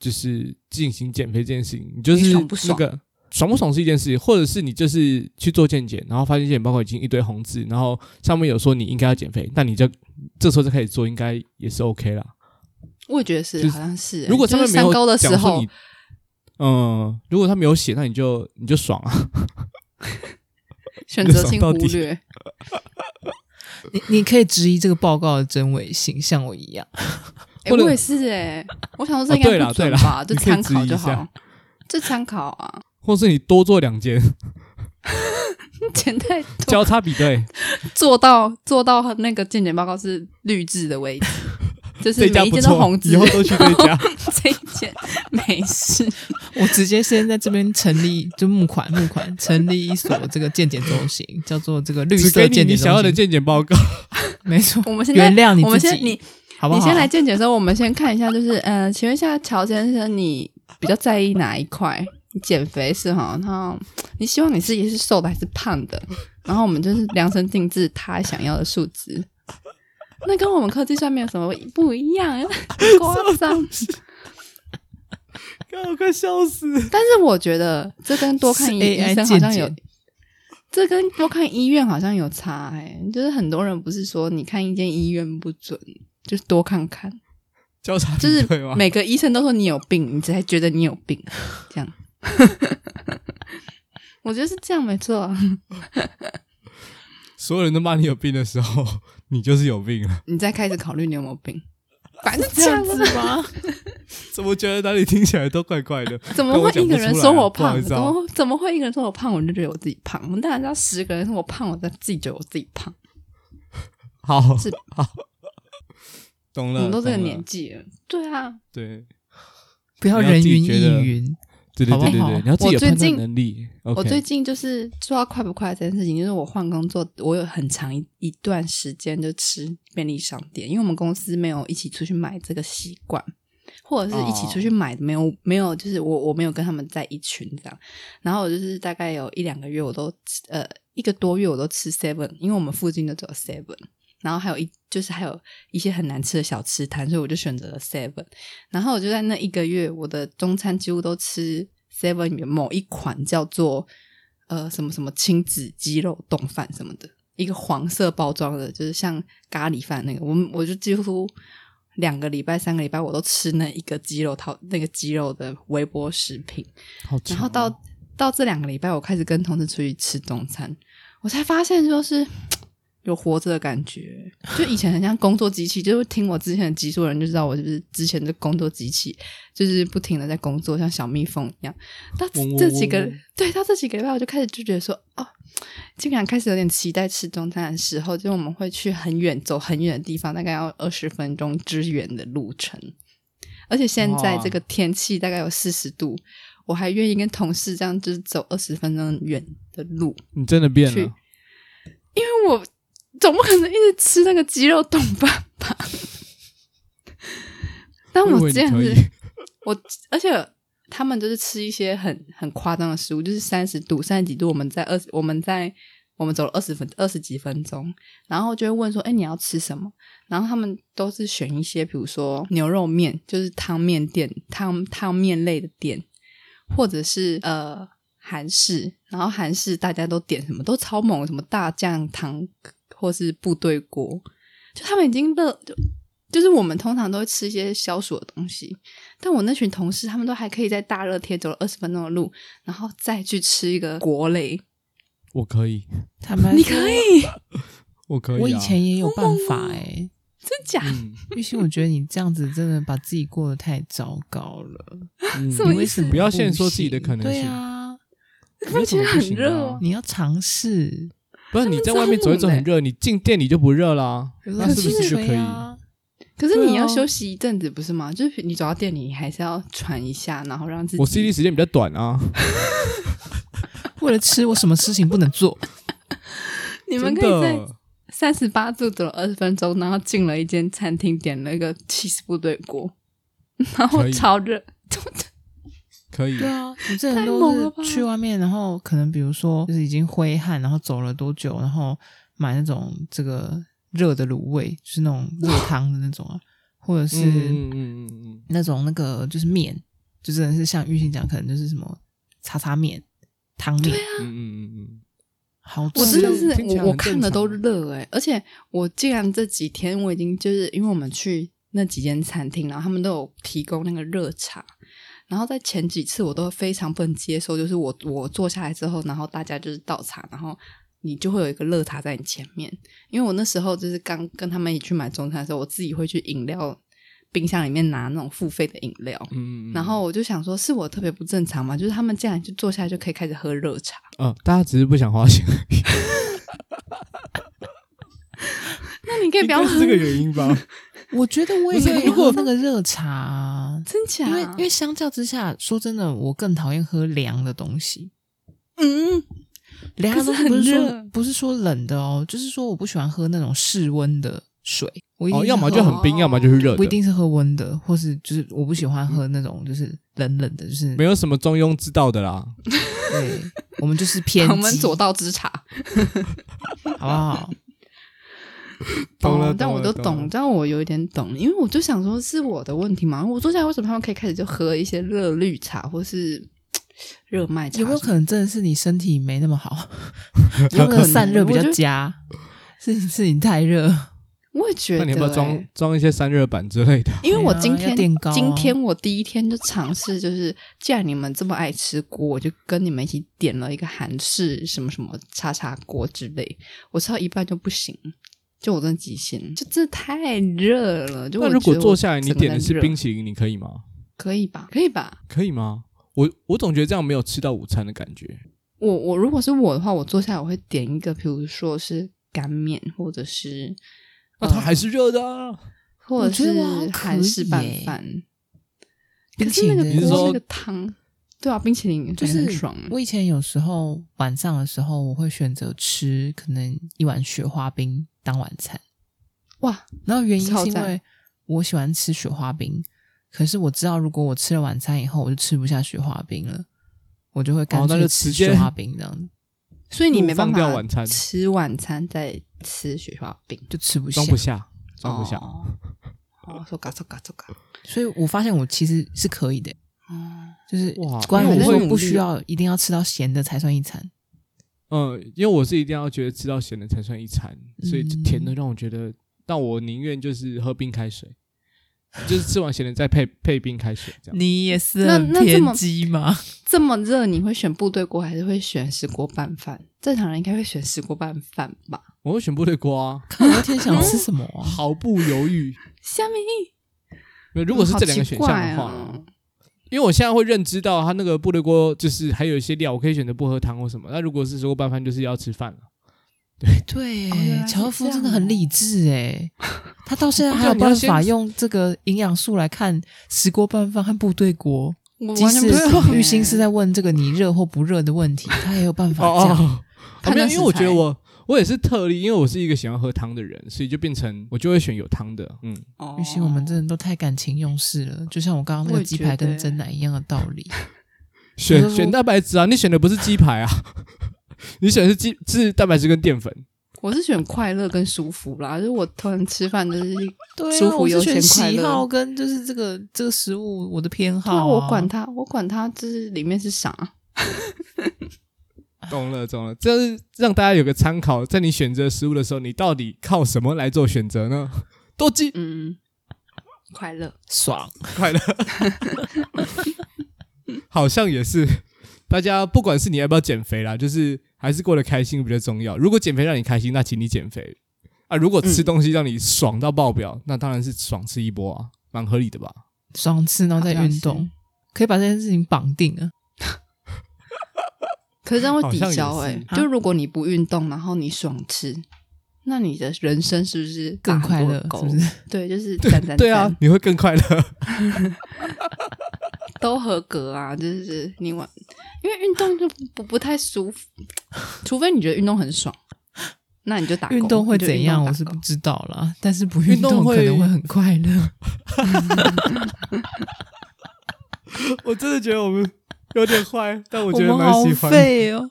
Speaker 1: 就是进行减肥这件事情，你就是
Speaker 3: 你爽不
Speaker 1: 那
Speaker 3: 爽
Speaker 1: 个爽不爽是一件事情，或者是你就是去做健检，然后发现健检报告已经一堆红字，然后上面有说你应该要减肥，那你就这时候就开始做，应该也是 OK 啦。
Speaker 3: 我也觉得是
Speaker 1: 就，是
Speaker 3: 好像是欸、
Speaker 1: 如果
Speaker 3: 就
Speaker 1: 上面
Speaker 3: 是
Speaker 1: 没
Speaker 3: 三
Speaker 1: 有
Speaker 3: 高的时
Speaker 1: 讲说
Speaker 3: 候
Speaker 1: 你，嗯，如果他没有写，那你就你就爽啊。
Speaker 3: 选择性忽略。
Speaker 2: 你你可以质疑这个报告的真伪性，像我一样。
Speaker 3: 哎、
Speaker 1: 或者
Speaker 3: 我也是哎、我想说这
Speaker 1: 哦
Speaker 3: 应
Speaker 1: 对
Speaker 3: 该
Speaker 1: 啦
Speaker 3: 不准
Speaker 1: 对啦
Speaker 3: 吧，就
Speaker 1: 你可以
Speaker 3: 参考
Speaker 1: 质疑一
Speaker 3: 就
Speaker 1: 下
Speaker 3: 好，就参考啊，
Speaker 1: 或是你多做两件，
Speaker 3: 钱太多，
Speaker 1: 交叉比对，
Speaker 3: 做到做到那个健检报告是绿字的 位置，就是
Speaker 1: 这家
Speaker 3: 每一
Speaker 1: 不
Speaker 3: 间都
Speaker 1: 错
Speaker 3: 红，字
Speaker 1: 以后都去这家。
Speaker 3: 这一件没事，
Speaker 2: 我直接先在这边成立，就募款募款，成立一所这个健检中心，叫做这个绿
Speaker 1: 只
Speaker 2: 色
Speaker 1: 给你
Speaker 2: 健
Speaker 1: 你
Speaker 2: 检
Speaker 1: 想要的
Speaker 2: 中心。
Speaker 1: 健检报告，
Speaker 2: 没错，
Speaker 3: 我们现在
Speaker 2: 原谅你
Speaker 3: 我们
Speaker 2: 自
Speaker 3: 先
Speaker 2: 己，
Speaker 3: 你
Speaker 2: 好不好？
Speaker 3: 你先来健检的时候，我们先看一下，就是呃，请问一下乔先生，你比较在意哪一块？你减肥是哈，然后你希望你自己是瘦的还是胖的？然后我们就是量身定制他想要的数值。那跟我们科技上面有什么不一样？夸 张！
Speaker 1: 看我快笑死。
Speaker 3: 但是我觉得这跟多看医
Speaker 2: 是 AI
Speaker 3: 医生好像有
Speaker 2: 健检，
Speaker 3: 这跟多看医院好像有差哎、就是很多人不是说你看一间医院不准，就是多看看。
Speaker 1: 交叉比
Speaker 3: 就是
Speaker 1: 对吗？
Speaker 3: 每个医生都说你有病，你才觉得你有病，这样。我觉得是这样没错、啊，
Speaker 1: 所有人都骂你有病的时候， 你就是有病了。
Speaker 3: 你再开始考虑你有没有 病，反正这样啊子
Speaker 2: 吗？
Speaker 1: 怎么觉得哪里听起来都怪怪的？
Speaker 3: 怎么
Speaker 1: 但我
Speaker 3: 会
Speaker 1: 讲
Speaker 3: 一
Speaker 1: 不
Speaker 3: 个
Speaker 1: 出
Speaker 3: 人
Speaker 1: 来
Speaker 3: 说
Speaker 1: 啊
Speaker 3: 我
Speaker 1: 不好
Speaker 3: 胖？
Speaker 1: 意思
Speaker 3: 怎
Speaker 1: 啊
Speaker 3: 么会怎么会一个人说我胖，我就觉得我自己胖？我们当然知道十个人说我胖，我才自己觉得我自己胖。
Speaker 1: 好，
Speaker 3: 是
Speaker 1: 好，懂
Speaker 3: 我
Speaker 1: 了。
Speaker 3: 们都这个
Speaker 1: 懂了
Speaker 3: 年，纪了，对啊，
Speaker 1: 对
Speaker 2: 不要
Speaker 1: 你要
Speaker 2: 人
Speaker 1: 自己
Speaker 2: 云
Speaker 1: 觉
Speaker 2: 亦
Speaker 1: 得
Speaker 2: 云。
Speaker 1: 对
Speaker 2: 好
Speaker 1: 对
Speaker 2: 不
Speaker 1: 对对
Speaker 2: 好
Speaker 1: 对，你要自己有
Speaker 3: 我最
Speaker 1: 判断
Speaker 3: 近
Speaker 1: 能力。
Speaker 3: 我
Speaker 1: OK，
Speaker 3: 最近就是说到快不快这件事情，就是我换工作，我有很长一一段时间就吃便利商店，因为我们公司没有一起出去买这个习惯，或者是一起出去买，没有没有，就是我我没有跟他们在一群这样。然后我就是大概有一两个月，我都吃呃一个多月我都吃 seven，因为我们附近就只有 seven。然后还有一就是还有一些很难吃的小吃摊，所以我就选择了 Seven。然后我就在那一个月，我的中餐几乎都吃 Seven 里面某一款叫做呃什么什么亲子鸡肉冻饭什么的，一个黄色包装的，就是像咖喱饭那个。我们我就几乎两个礼拜、三个礼拜我都吃那一个鸡肉套那个鸡肉的微波食品。
Speaker 1: 好强
Speaker 3: 然
Speaker 1: 哦，
Speaker 3: 后到到这两个礼拜，我开始跟同事出去吃中餐，我才发现就是有活着的感觉。就以前很像工作机器，就是听我之前的集数的人就知道我就是之前的工作机器，就是不停的在工作，像小蜜蜂一样。到
Speaker 1: 嗡嗡
Speaker 3: 这几个
Speaker 1: 嗡嗡
Speaker 3: 对，到这几个礼拜，我就开始就觉得说，哦，竟然开始有点期待吃中餐的时候，就是我们会去很远，走很远的地方，大概要二十分钟之远的路程。而且现在
Speaker 1: 哇
Speaker 3: 这个天气大概有四十度，我还愿意跟同事这样就是走二十分钟远的路，
Speaker 1: 你真的变
Speaker 3: 去
Speaker 1: 了，
Speaker 3: 因为我总不可能一直吃那个鸡肉冻饭吧。但
Speaker 1: 我以
Speaker 3: 我
Speaker 1: 为
Speaker 3: 这
Speaker 1: 你
Speaker 3: 样
Speaker 1: 可
Speaker 3: 子
Speaker 1: 以，
Speaker 3: 我而且他们就是吃一些很很夸张的食物，就是三十度、三十几度，我们在二我们在我们走了二十分二十几分钟，然后就会问说：“哎、你要吃什么？”然后他们都是选一些，比如说牛肉面，就是汤面店、汤汤面类的店，或者是呃韩式，然后韩式大家都点什么都超猛，什么大酱汤或是部队锅，就他们已经乐就就是我们通常都会吃一些消暑的东西，但我那群同事他们都还可以在大热天走了二十分钟的路，然后再去吃一个国雷，
Speaker 1: 我可以，
Speaker 2: 他们
Speaker 3: 你可以，
Speaker 1: 我可以啊。
Speaker 2: 我以前也有办法哎、
Speaker 3: 真假？
Speaker 1: 嗯
Speaker 2: 玉兴，我觉得你这样子真的把自己过得太糟糕了。
Speaker 1: 嗯
Speaker 3: 什么
Speaker 2: 你为
Speaker 3: 意
Speaker 2: 什
Speaker 3: 思
Speaker 2: 么
Speaker 1: 不要限
Speaker 2: 限
Speaker 1: 缩自己的可能
Speaker 2: 对
Speaker 1: 性
Speaker 2: 啊，
Speaker 1: 你为什么不行的啊
Speaker 3: 而且很热啊
Speaker 2: 你要尝试，
Speaker 1: 不是你在外面走一走很热，你进店里就不热啦，那是不是就可以？
Speaker 3: 可是
Speaker 2: 对啊
Speaker 3: 你要休息一阵子不是吗？就是你走到店里，你还是要喘一下，然后让自己。
Speaker 1: 我 CD 时间比较短啊，
Speaker 2: 为了吃，我什么事情不能做？
Speaker 3: 你们
Speaker 1: 真
Speaker 3: 可以在
Speaker 1: 的。
Speaker 3: 三十八度走了二十分钟，然后进了一间餐厅，点了一个 cheese 部队锅， 然后
Speaker 1: 可以
Speaker 3: 超热，
Speaker 1: 可以
Speaker 2: 对，啊，我之前
Speaker 3: 太猛了
Speaker 2: 都
Speaker 3: 吧
Speaker 2: 是去外面，然后可能比如说就是已经挥汗，然后走了多久，然后买那种这个热的卤味，就是那种热汤的那种啊，或者
Speaker 1: 嗯
Speaker 2: 是
Speaker 1: 嗯嗯嗯嗯，
Speaker 2: 那种那个就是面，就真的是像玉兴讲，可能就是什么叉叉面、汤面，
Speaker 1: 嗯嗯嗯
Speaker 2: 好吃。
Speaker 3: 啊我真的
Speaker 1: 这样
Speaker 3: 是
Speaker 1: 听起来
Speaker 3: 我我
Speaker 1: 很正
Speaker 3: 看了都
Speaker 1: 常
Speaker 3: 热哎、而且我竟然这几天我已经就是因为我们去那几间餐厅，然后他们都有提供那个热茶，然后在前几次我都非常不能接受，就是我我坐下来之后，然后大家就是倒茶，然后你就会有一个热茶在你前面。因为我那时候就是刚跟他们一起去买中餐的时候，我自己会去饮料冰箱里面拿那种付费的饮料。
Speaker 1: 嗯，
Speaker 3: 然后我就想说，是我特别不正常嘛？就是他们进来就坐下来就可以开始喝热茶，
Speaker 1: 嗯，大家只是不想 花钱，
Speaker 3: 那你可以不要
Speaker 1: 应该
Speaker 3: 喝
Speaker 1: 是这个原因 吧？
Speaker 2: 我觉得我也
Speaker 1: 不是
Speaker 2: 可以
Speaker 1: 如果
Speaker 2: 喝那个热茶啊，
Speaker 3: 真假？
Speaker 2: 因为因为相较之下，说真的，我更讨厌喝凉的东西。
Speaker 3: 嗯，
Speaker 2: 凉的东
Speaker 3: 可
Speaker 2: 西
Speaker 3: 是
Speaker 2: 不
Speaker 3: 很
Speaker 2: 是说
Speaker 3: 热
Speaker 2: 不是说冷的哦，就是说我不喜欢喝那种室温的水。我一定
Speaker 1: 哦，
Speaker 2: 是
Speaker 1: 要么就
Speaker 2: 喝
Speaker 1: 很冰，要么就是热
Speaker 2: 不一
Speaker 1: 的，
Speaker 2: 定是喝温的，或是就是我不喜欢喝那种就是冷冷的，就是
Speaker 1: 没有什么中庸之道的啦。
Speaker 2: 对，我们就是偏
Speaker 3: 旁门
Speaker 2: 激
Speaker 3: 左道之茶。
Speaker 2: 好不 好？
Speaker 1: 懂了
Speaker 3: 哦，但我都
Speaker 1: 懂了
Speaker 3: 懂，但我有一点懂，因为我就想说是我的问题嘛。我坐下来为什么他们可以开始就喝一些热绿茶或是嘖热麦茶？
Speaker 2: 有没有可能真的是你身体没那么 好？
Speaker 3: 有
Speaker 2: 有
Speaker 3: 可
Speaker 2: 没
Speaker 3: 能
Speaker 2: 有散热比
Speaker 3: 我
Speaker 2: 较
Speaker 3: 就
Speaker 2: 佳？是是你太热？
Speaker 3: 我也觉
Speaker 1: 那
Speaker 3: 得、
Speaker 1: 你要不要装
Speaker 3: 欸
Speaker 1: 装一些散热板之类的？
Speaker 3: 因为我今
Speaker 2: 对啊
Speaker 3: 天
Speaker 2: 要、垫高啊
Speaker 3: 今天我第一天就尝试，就是既然你们这么爱吃锅，我就跟你们一起点了一个韩式什么什么叉叉锅之类，我吃到一半就不行。就我真的极限，就真的太热了。就我
Speaker 1: 那如果
Speaker 3: 觉得我
Speaker 1: 坐下来你
Speaker 3: 整个
Speaker 1: 点的
Speaker 3: 人
Speaker 1: 是
Speaker 3: 热
Speaker 1: 冰，淇淋，你可以吗？
Speaker 3: 可以吧？可以吧？
Speaker 1: 可以吗？我我总觉得这样没有吃到午餐的感觉。
Speaker 3: 我我如果是我的话，我坐下来我会点一个，比如说是干面，或者是
Speaker 1: 那
Speaker 3: 嗯
Speaker 1: 它还是热的啊。
Speaker 3: 或者
Speaker 2: 我觉
Speaker 3: 是
Speaker 2: 得我好像可以
Speaker 3: 韩式拌
Speaker 2: 耶
Speaker 3: 饭。可
Speaker 2: 冰
Speaker 3: 是那个
Speaker 2: 淇淋
Speaker 1: 你是
Speaker 3: 锅
Speaker 1: 说
Speaker 3: 那个汤，对啊，冰淇淋
Speaker 2: 就
Speaker 3: 感觉
Speaker 2: 是
Speaker 3: 很爽。
Speaker 1: 嗯
Speaker 2: 我以前有时候晚上的时候，我会选择吃可能一碗雪花冰当晚餐，
Speaker 3: 哇，
Speaker 2: 然后原因
Speaker 3: 超
Speaker 2: 是因
Speaker 3: 赞
Speaker 2: 为我喜欢吃雪花冰，可是我知道如果我吃了晚餐以后，我就吃不下雪花冰了，我就会干
Speaker 1: 哦那
Speaker 2: 脆
Speaker 1: 就
Speaker 2: 吃
Speaker 1: 直接
Speaker 2: 雪花冰这样，
Speaker 3: 所以你没办
Speaker 1: 放掉
Speaker 3: 法
Speaker 1: 晚餐
Speaker 3: 吃晚餐再吃雪花冰，
Speaker 2: 就吃不下
Speaker 1: 装。不下，装不下。
Speaker 3: 哦，哦，说嘎说嘎说嘎，
Speaker 2: 所以我发现我其实是可以的，
Speaker 3: 哦，
Speaker 2: 就是
Speaker 1: 哇
Speaker 2: 关于
Speaker 1: 那我
Speaker 2: 说
Speaker 3: 会努
Speaker 2: 不
Speaker 3: 力
Speaker 2: 需要一定要吃到咸的才算一餐。
Speaker 1: 嗯，因为我是一定要觉得吃到咸的才算一餐，所以
Speaker 2: 嗯
Speaker 1: 甜的让我觉得，但我宁愿就是喝冰开水，就是吃完咸的再配配冰开水这样。
Speaker 2: 你也是
Speaker 3: 那那这么
Speaker 2: 激
Speaker 1: 啊
Speaker 2: 吗？
Speaker 3: 这么热你会选部队锅还是会选石锅拌饭？正常人应该会选石锅拌饭吧？
Speaker 1: 我会选部队锅 啊，
Speaker 2: 看 我天想吃什么啊、
Speaker 1: 毫不犹豫。
Speaker 3: 虾米，
Speaker 1: 没有如果是
Speaker 3: 嗯好
Speaker 1: 这两个
Speaker 3: 奇
Speaker 1: 选项
Speaker 3: 怪
Speaker 1: 的话，
Speaker 3: 哦
Speaker 1: 因为我现在会认知到它那个部队锅就是还有一些料，我可以选择不喝汤或什么。那如果是说拌饭，就是要吃饭了。
Speaker 2: 对
Speaker 3: 哦原来，是
Speaker 2: 乔夫
Speaker 3: 这
Speaker 2: 真
Speaker 3: 样
Speaker 2: 的很
Speaker 3: 哦
Speaker 2: 理智哎， 他到现在还有
Speaker 1: 对你要
Speaker 2: 办
Speaker 1: 先
Speaker 2: 法用这个营养素来看石锅拌饭和部队锅，
Speaker 3: 我
Speaker 2: 即
Speaker 3: 完全
Speaker 2: 使
Speaker 3: 不行
Speaker 2: 玉兴是
Speaker 3: 欸
Speaker 2: 在问这个你热或不热的问题，他也有办法这样。
Speaker 1: 哦哦，
Speaker 3: 判
Speaker 1: 没有，
Speaker 3: 断
Speaker 1: 因为
Speaker 3: 食
Speaker 1: 我觉
Speaker 3: 材
Speaker 1: 得我我也是特例，因为我是一个喜欢喝汤的人，所以就变成我就会选有汤的。嗯，
Speaker 3: 哦
Speaker 2: 玉兴，我们真的都太感情用事了，就像我刚刚那
Speaker 3: 我
Speaker 2: 个
Speaker 3: 也
Speaker 2: 鸡
Speaker 3: 觉
Speaker 2: 排跟
Speaker 3: 得
Speaker 2: 蒸奶一样的道理。
Speaker 1: 选
Speaker 2: 可是
Speaker 1: 选
Speaker 2: 我
Speaker 1: 蛋白质啊，你选的不是鸡排啊， 你选的是鸡是蛋白质跟淀粉。
Speaker 3: 我是选快乐跟舒服啦，就是我突然吃 饭就是，
Speaker 2: 对
Speaker 3: 舒
Speaker 2: 啊，
Speaker 3: 服
Speaker 2: 我是
Speaker 3: 优
Speaker 2: 选
Speaker 3: 先快
Speaker 2: 喜
Speaker 3: 乐
Speaker 2: 好跟就是这个这个食物我的偏好
Speaker 3: 对啊，
Speaker 2: 啊，
Speaker 3: 我管它，我管它，就是里面是啥，
Speaker 1: 懂了，懂了，这是让大家有个参考，在你选择食物的时候，你到底靠什么来做选择呢？多鸡
Speaker 3: 嗯，快乐，
Speaker 2: 爽。
Speaker 1: 快乐， 好像也是。大家不管是你要不要减肥啦，就是还是过得开心比较重要。如果减肥让你开心，那请你减肥啊；如果吃
Speaker 3: 嗯
Speaker 1: 东西让你爽到爆表，那当然是爽吃一波啊，蛮合理的吧？
Speaker 2: 爽吃，然后再
Speaker 3: 好像
Speaker 2: 运
Speaker 3: 是
Speaker 2: 动，可以把这件事情绑定啊。
Speaker 3: 可是这样会抵消
Speaker 1: 好像
Speaker 3: 哎、
Speaker 1: 也是
Speaker 2: 啊
Speaker 3: 就如果你不运动，然后你爽吃，那你的人生是不是
Speaker 2: 更快乐
Speaker 3: 打
Speaker 2: 是
Speaker 3: 很多勾
Speaker 2: 不是？
Speaker 3: 对，就是赞赞
Speaker 1: 对啊
Speaker 3: 赞，
Speaker 1: 你会更快乐。
Speaker 3: 都合格啊，就是你玩，因为运动就不不太舒服，除非你觉得运动很爽，那你就打勾
Speaker 2: 运动会
Speaker 3: 你就
Speaker 2: 怎样，
Speaker 3: 打
Speaker 2: 我是
Speaker 3: 勾
Speaker 2: 不知道啦。但是不
Speaker 1: 运
Speaker 2: 运
Speaker 1: 动
Speaker 2: 动可
Speaker 1: 会
Speaker 2: 能会很快乐。
Speaker 1: 我真的觉得我们有点坏，但我
Speaker 2: 我
Speaker 1: 觉得
Speaker 2: 们
Speaker 1: 蛮
Speaker 2: 好
Speaker 1: 喜欢的，
Speaker 2: 废哦。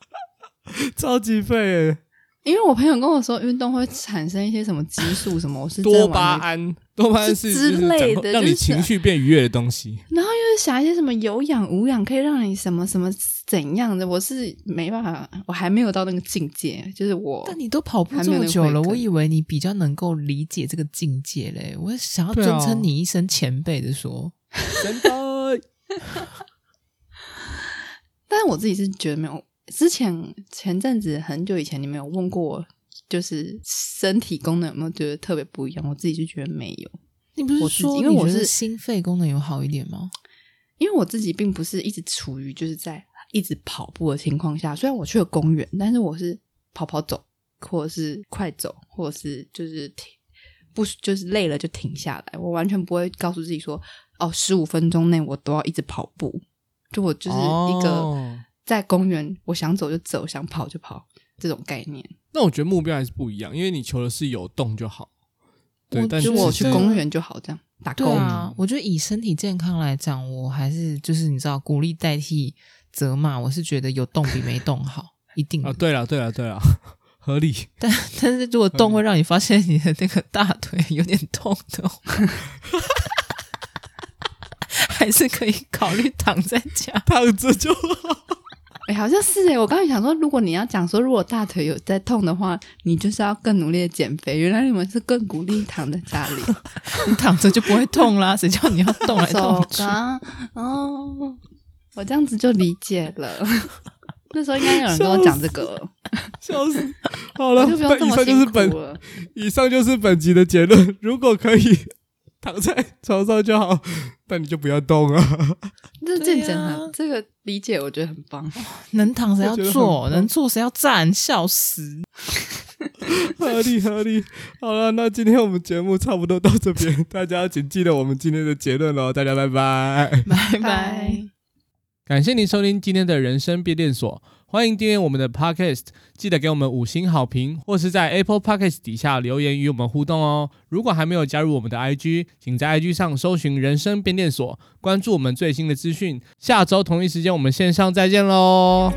Speaker 1: 超级废耶，
Speaker 3: 因为我朋友跟我说，运动会产生一些什么激素什么，我是真的
Speaker 1: 多巴
Speaker 3: 完全
Speaker 1: 胺，多巴胺是
Speaker 3: 之
Speaker 1: 就是掌
Speaker 3: 类
Speaker 1: 控
Speaker 3: 的
Speaker 1: 让
Speaker 3: 就
Speaker 1: 你
Speaker 3: 是
Speaker 1: 情绪变愉悦的东西。
Speaker 3: 然后又想一些什么有氧、无氧，可以让你什么什么怎样的，我是没办法，我还没有到那个境界，就是我。
Speaker 2: 但你都跑步
Speaker 3: 还
Speaker 2: 这
Speaker 3: 没
Speaker 2: 么
Speaker 3: 有那个
Speaker 2: 久
Speaker 3: 慧
Speaker 2: 了，
Speaker 3: 根
Speaker 2: 我以为你比较能够理解这个境界嘞。我想要
Speaker 1: 对
Speaker 2: 尊
Speaker 1: 啊
Speaker 2: 称你一声前辈的说，
Speaker 1: 真的，
Speaker 3: 但是我自己是觉得没有。之前前阵子很久以前，你们有问过我，就是身体功能有没有觉得特别不一样？我自己就觉得没有，
Speaker 2: 你不是
Speaker 3: 我自己
Speaker 2: 说
Speaker 3: 因为我
Speaker 2: 你觉得
Speaker 3: 是
Speaker 2: 心肺功能有好一点吗？
Speaker 3: 因为我自己并不是一直处于就是在一直跑步的情况下。虽然我去了公园，但是我是跑跑走，或者是快走，或者是就是停，不就是累了就停下来。我完全不会告诉自己说，哦，十五分钟内我都要一直跑步。就我就是一个
Speaker 1: 哦
Speaker 3: 在公园，我想走就走，想跑就跑这种概念。
Speaker 1: 那我觉得目标还是不一样，因为你求的是有动就好。对，
Speaker 2: 我
Speaker 1: 但
Speaker 2: 觉
Speaker 3: 就
Speaker 2: 得
Speaker 3: 我
Speaker 1: 是
Speaker 3: 去公园就好，这样打
Speaker 2: 对
Speaker 3: 工。
Speaker 2: 啊，我觉得以身体健康来讲，我还是就是你知道，鼓励代替责骂，我是觉得有动比没动好，一定的
Speaker 1: 啊，对了，对了，对了， 合 理。
Speaker 2: 但但是如果动会让你发现你的那个大腿 有点痛的话，还是可以考虑躺在家。
Speaker 1: 躺着就好。
Speaker 3: 哎、好像是哎、我刚才想说，如果你要讲说，如果大腿有在痛的话，你就是要更努力的减肥。原来你们是更鼓励躺在家 里。
Speaker 2: 你躺着就不会痛啦，谁叫你要动来动 去？
Speaker 3: 刚哦，我这样子就理解了。那时候应该有人跟我讲这个，
Speaker 1: 笑死！好
Speaker 3: 我
Speaker 1: 了，
Speaker 3: 就不用
Speaker 1: 那
Speaker 3: 这
Speaker 1: 以
Speaker 3: 么
Speaker 1: 上就是
Speaker 3: 辛苦
Speaker 1: 本
Speaker 3: 了。
Speaker 1: 以上就是本集的结论。如果可以躺在床上就好，但你就不要动啊。
Speaker 3: 这
Speaker 2: 对
Speaker 3: 见
Speaker 2: 啊
Speaker 3: 证很，这个理解我觉得很棒。
Speaker 2: 能躺谁要
Speaker 1: 我觉得
Speaker 2: 坐，
Speaker 1: 很
Speaker 2: 能坐谁要站，笑死！
Speaker 1: 合理合理。好了，那今天我们节目差不多到这边， 大家请记得我们今天的结论喽。大家拜拜。
Speaker 2: 拜拜
Speaker 3: 拜。。
Speaker 1: 感谢您收听今天的人生变电所，欢迎订阅我们的 Podcast，记得给我们五星好评，或是在 Apple Podcast 底下留言与我们互动哦。如果还没有加入我们的 IG，请在 IG 上搜寻“人生变电所”，关注我们最新的资讯。下周同一时间我们线上再见喽。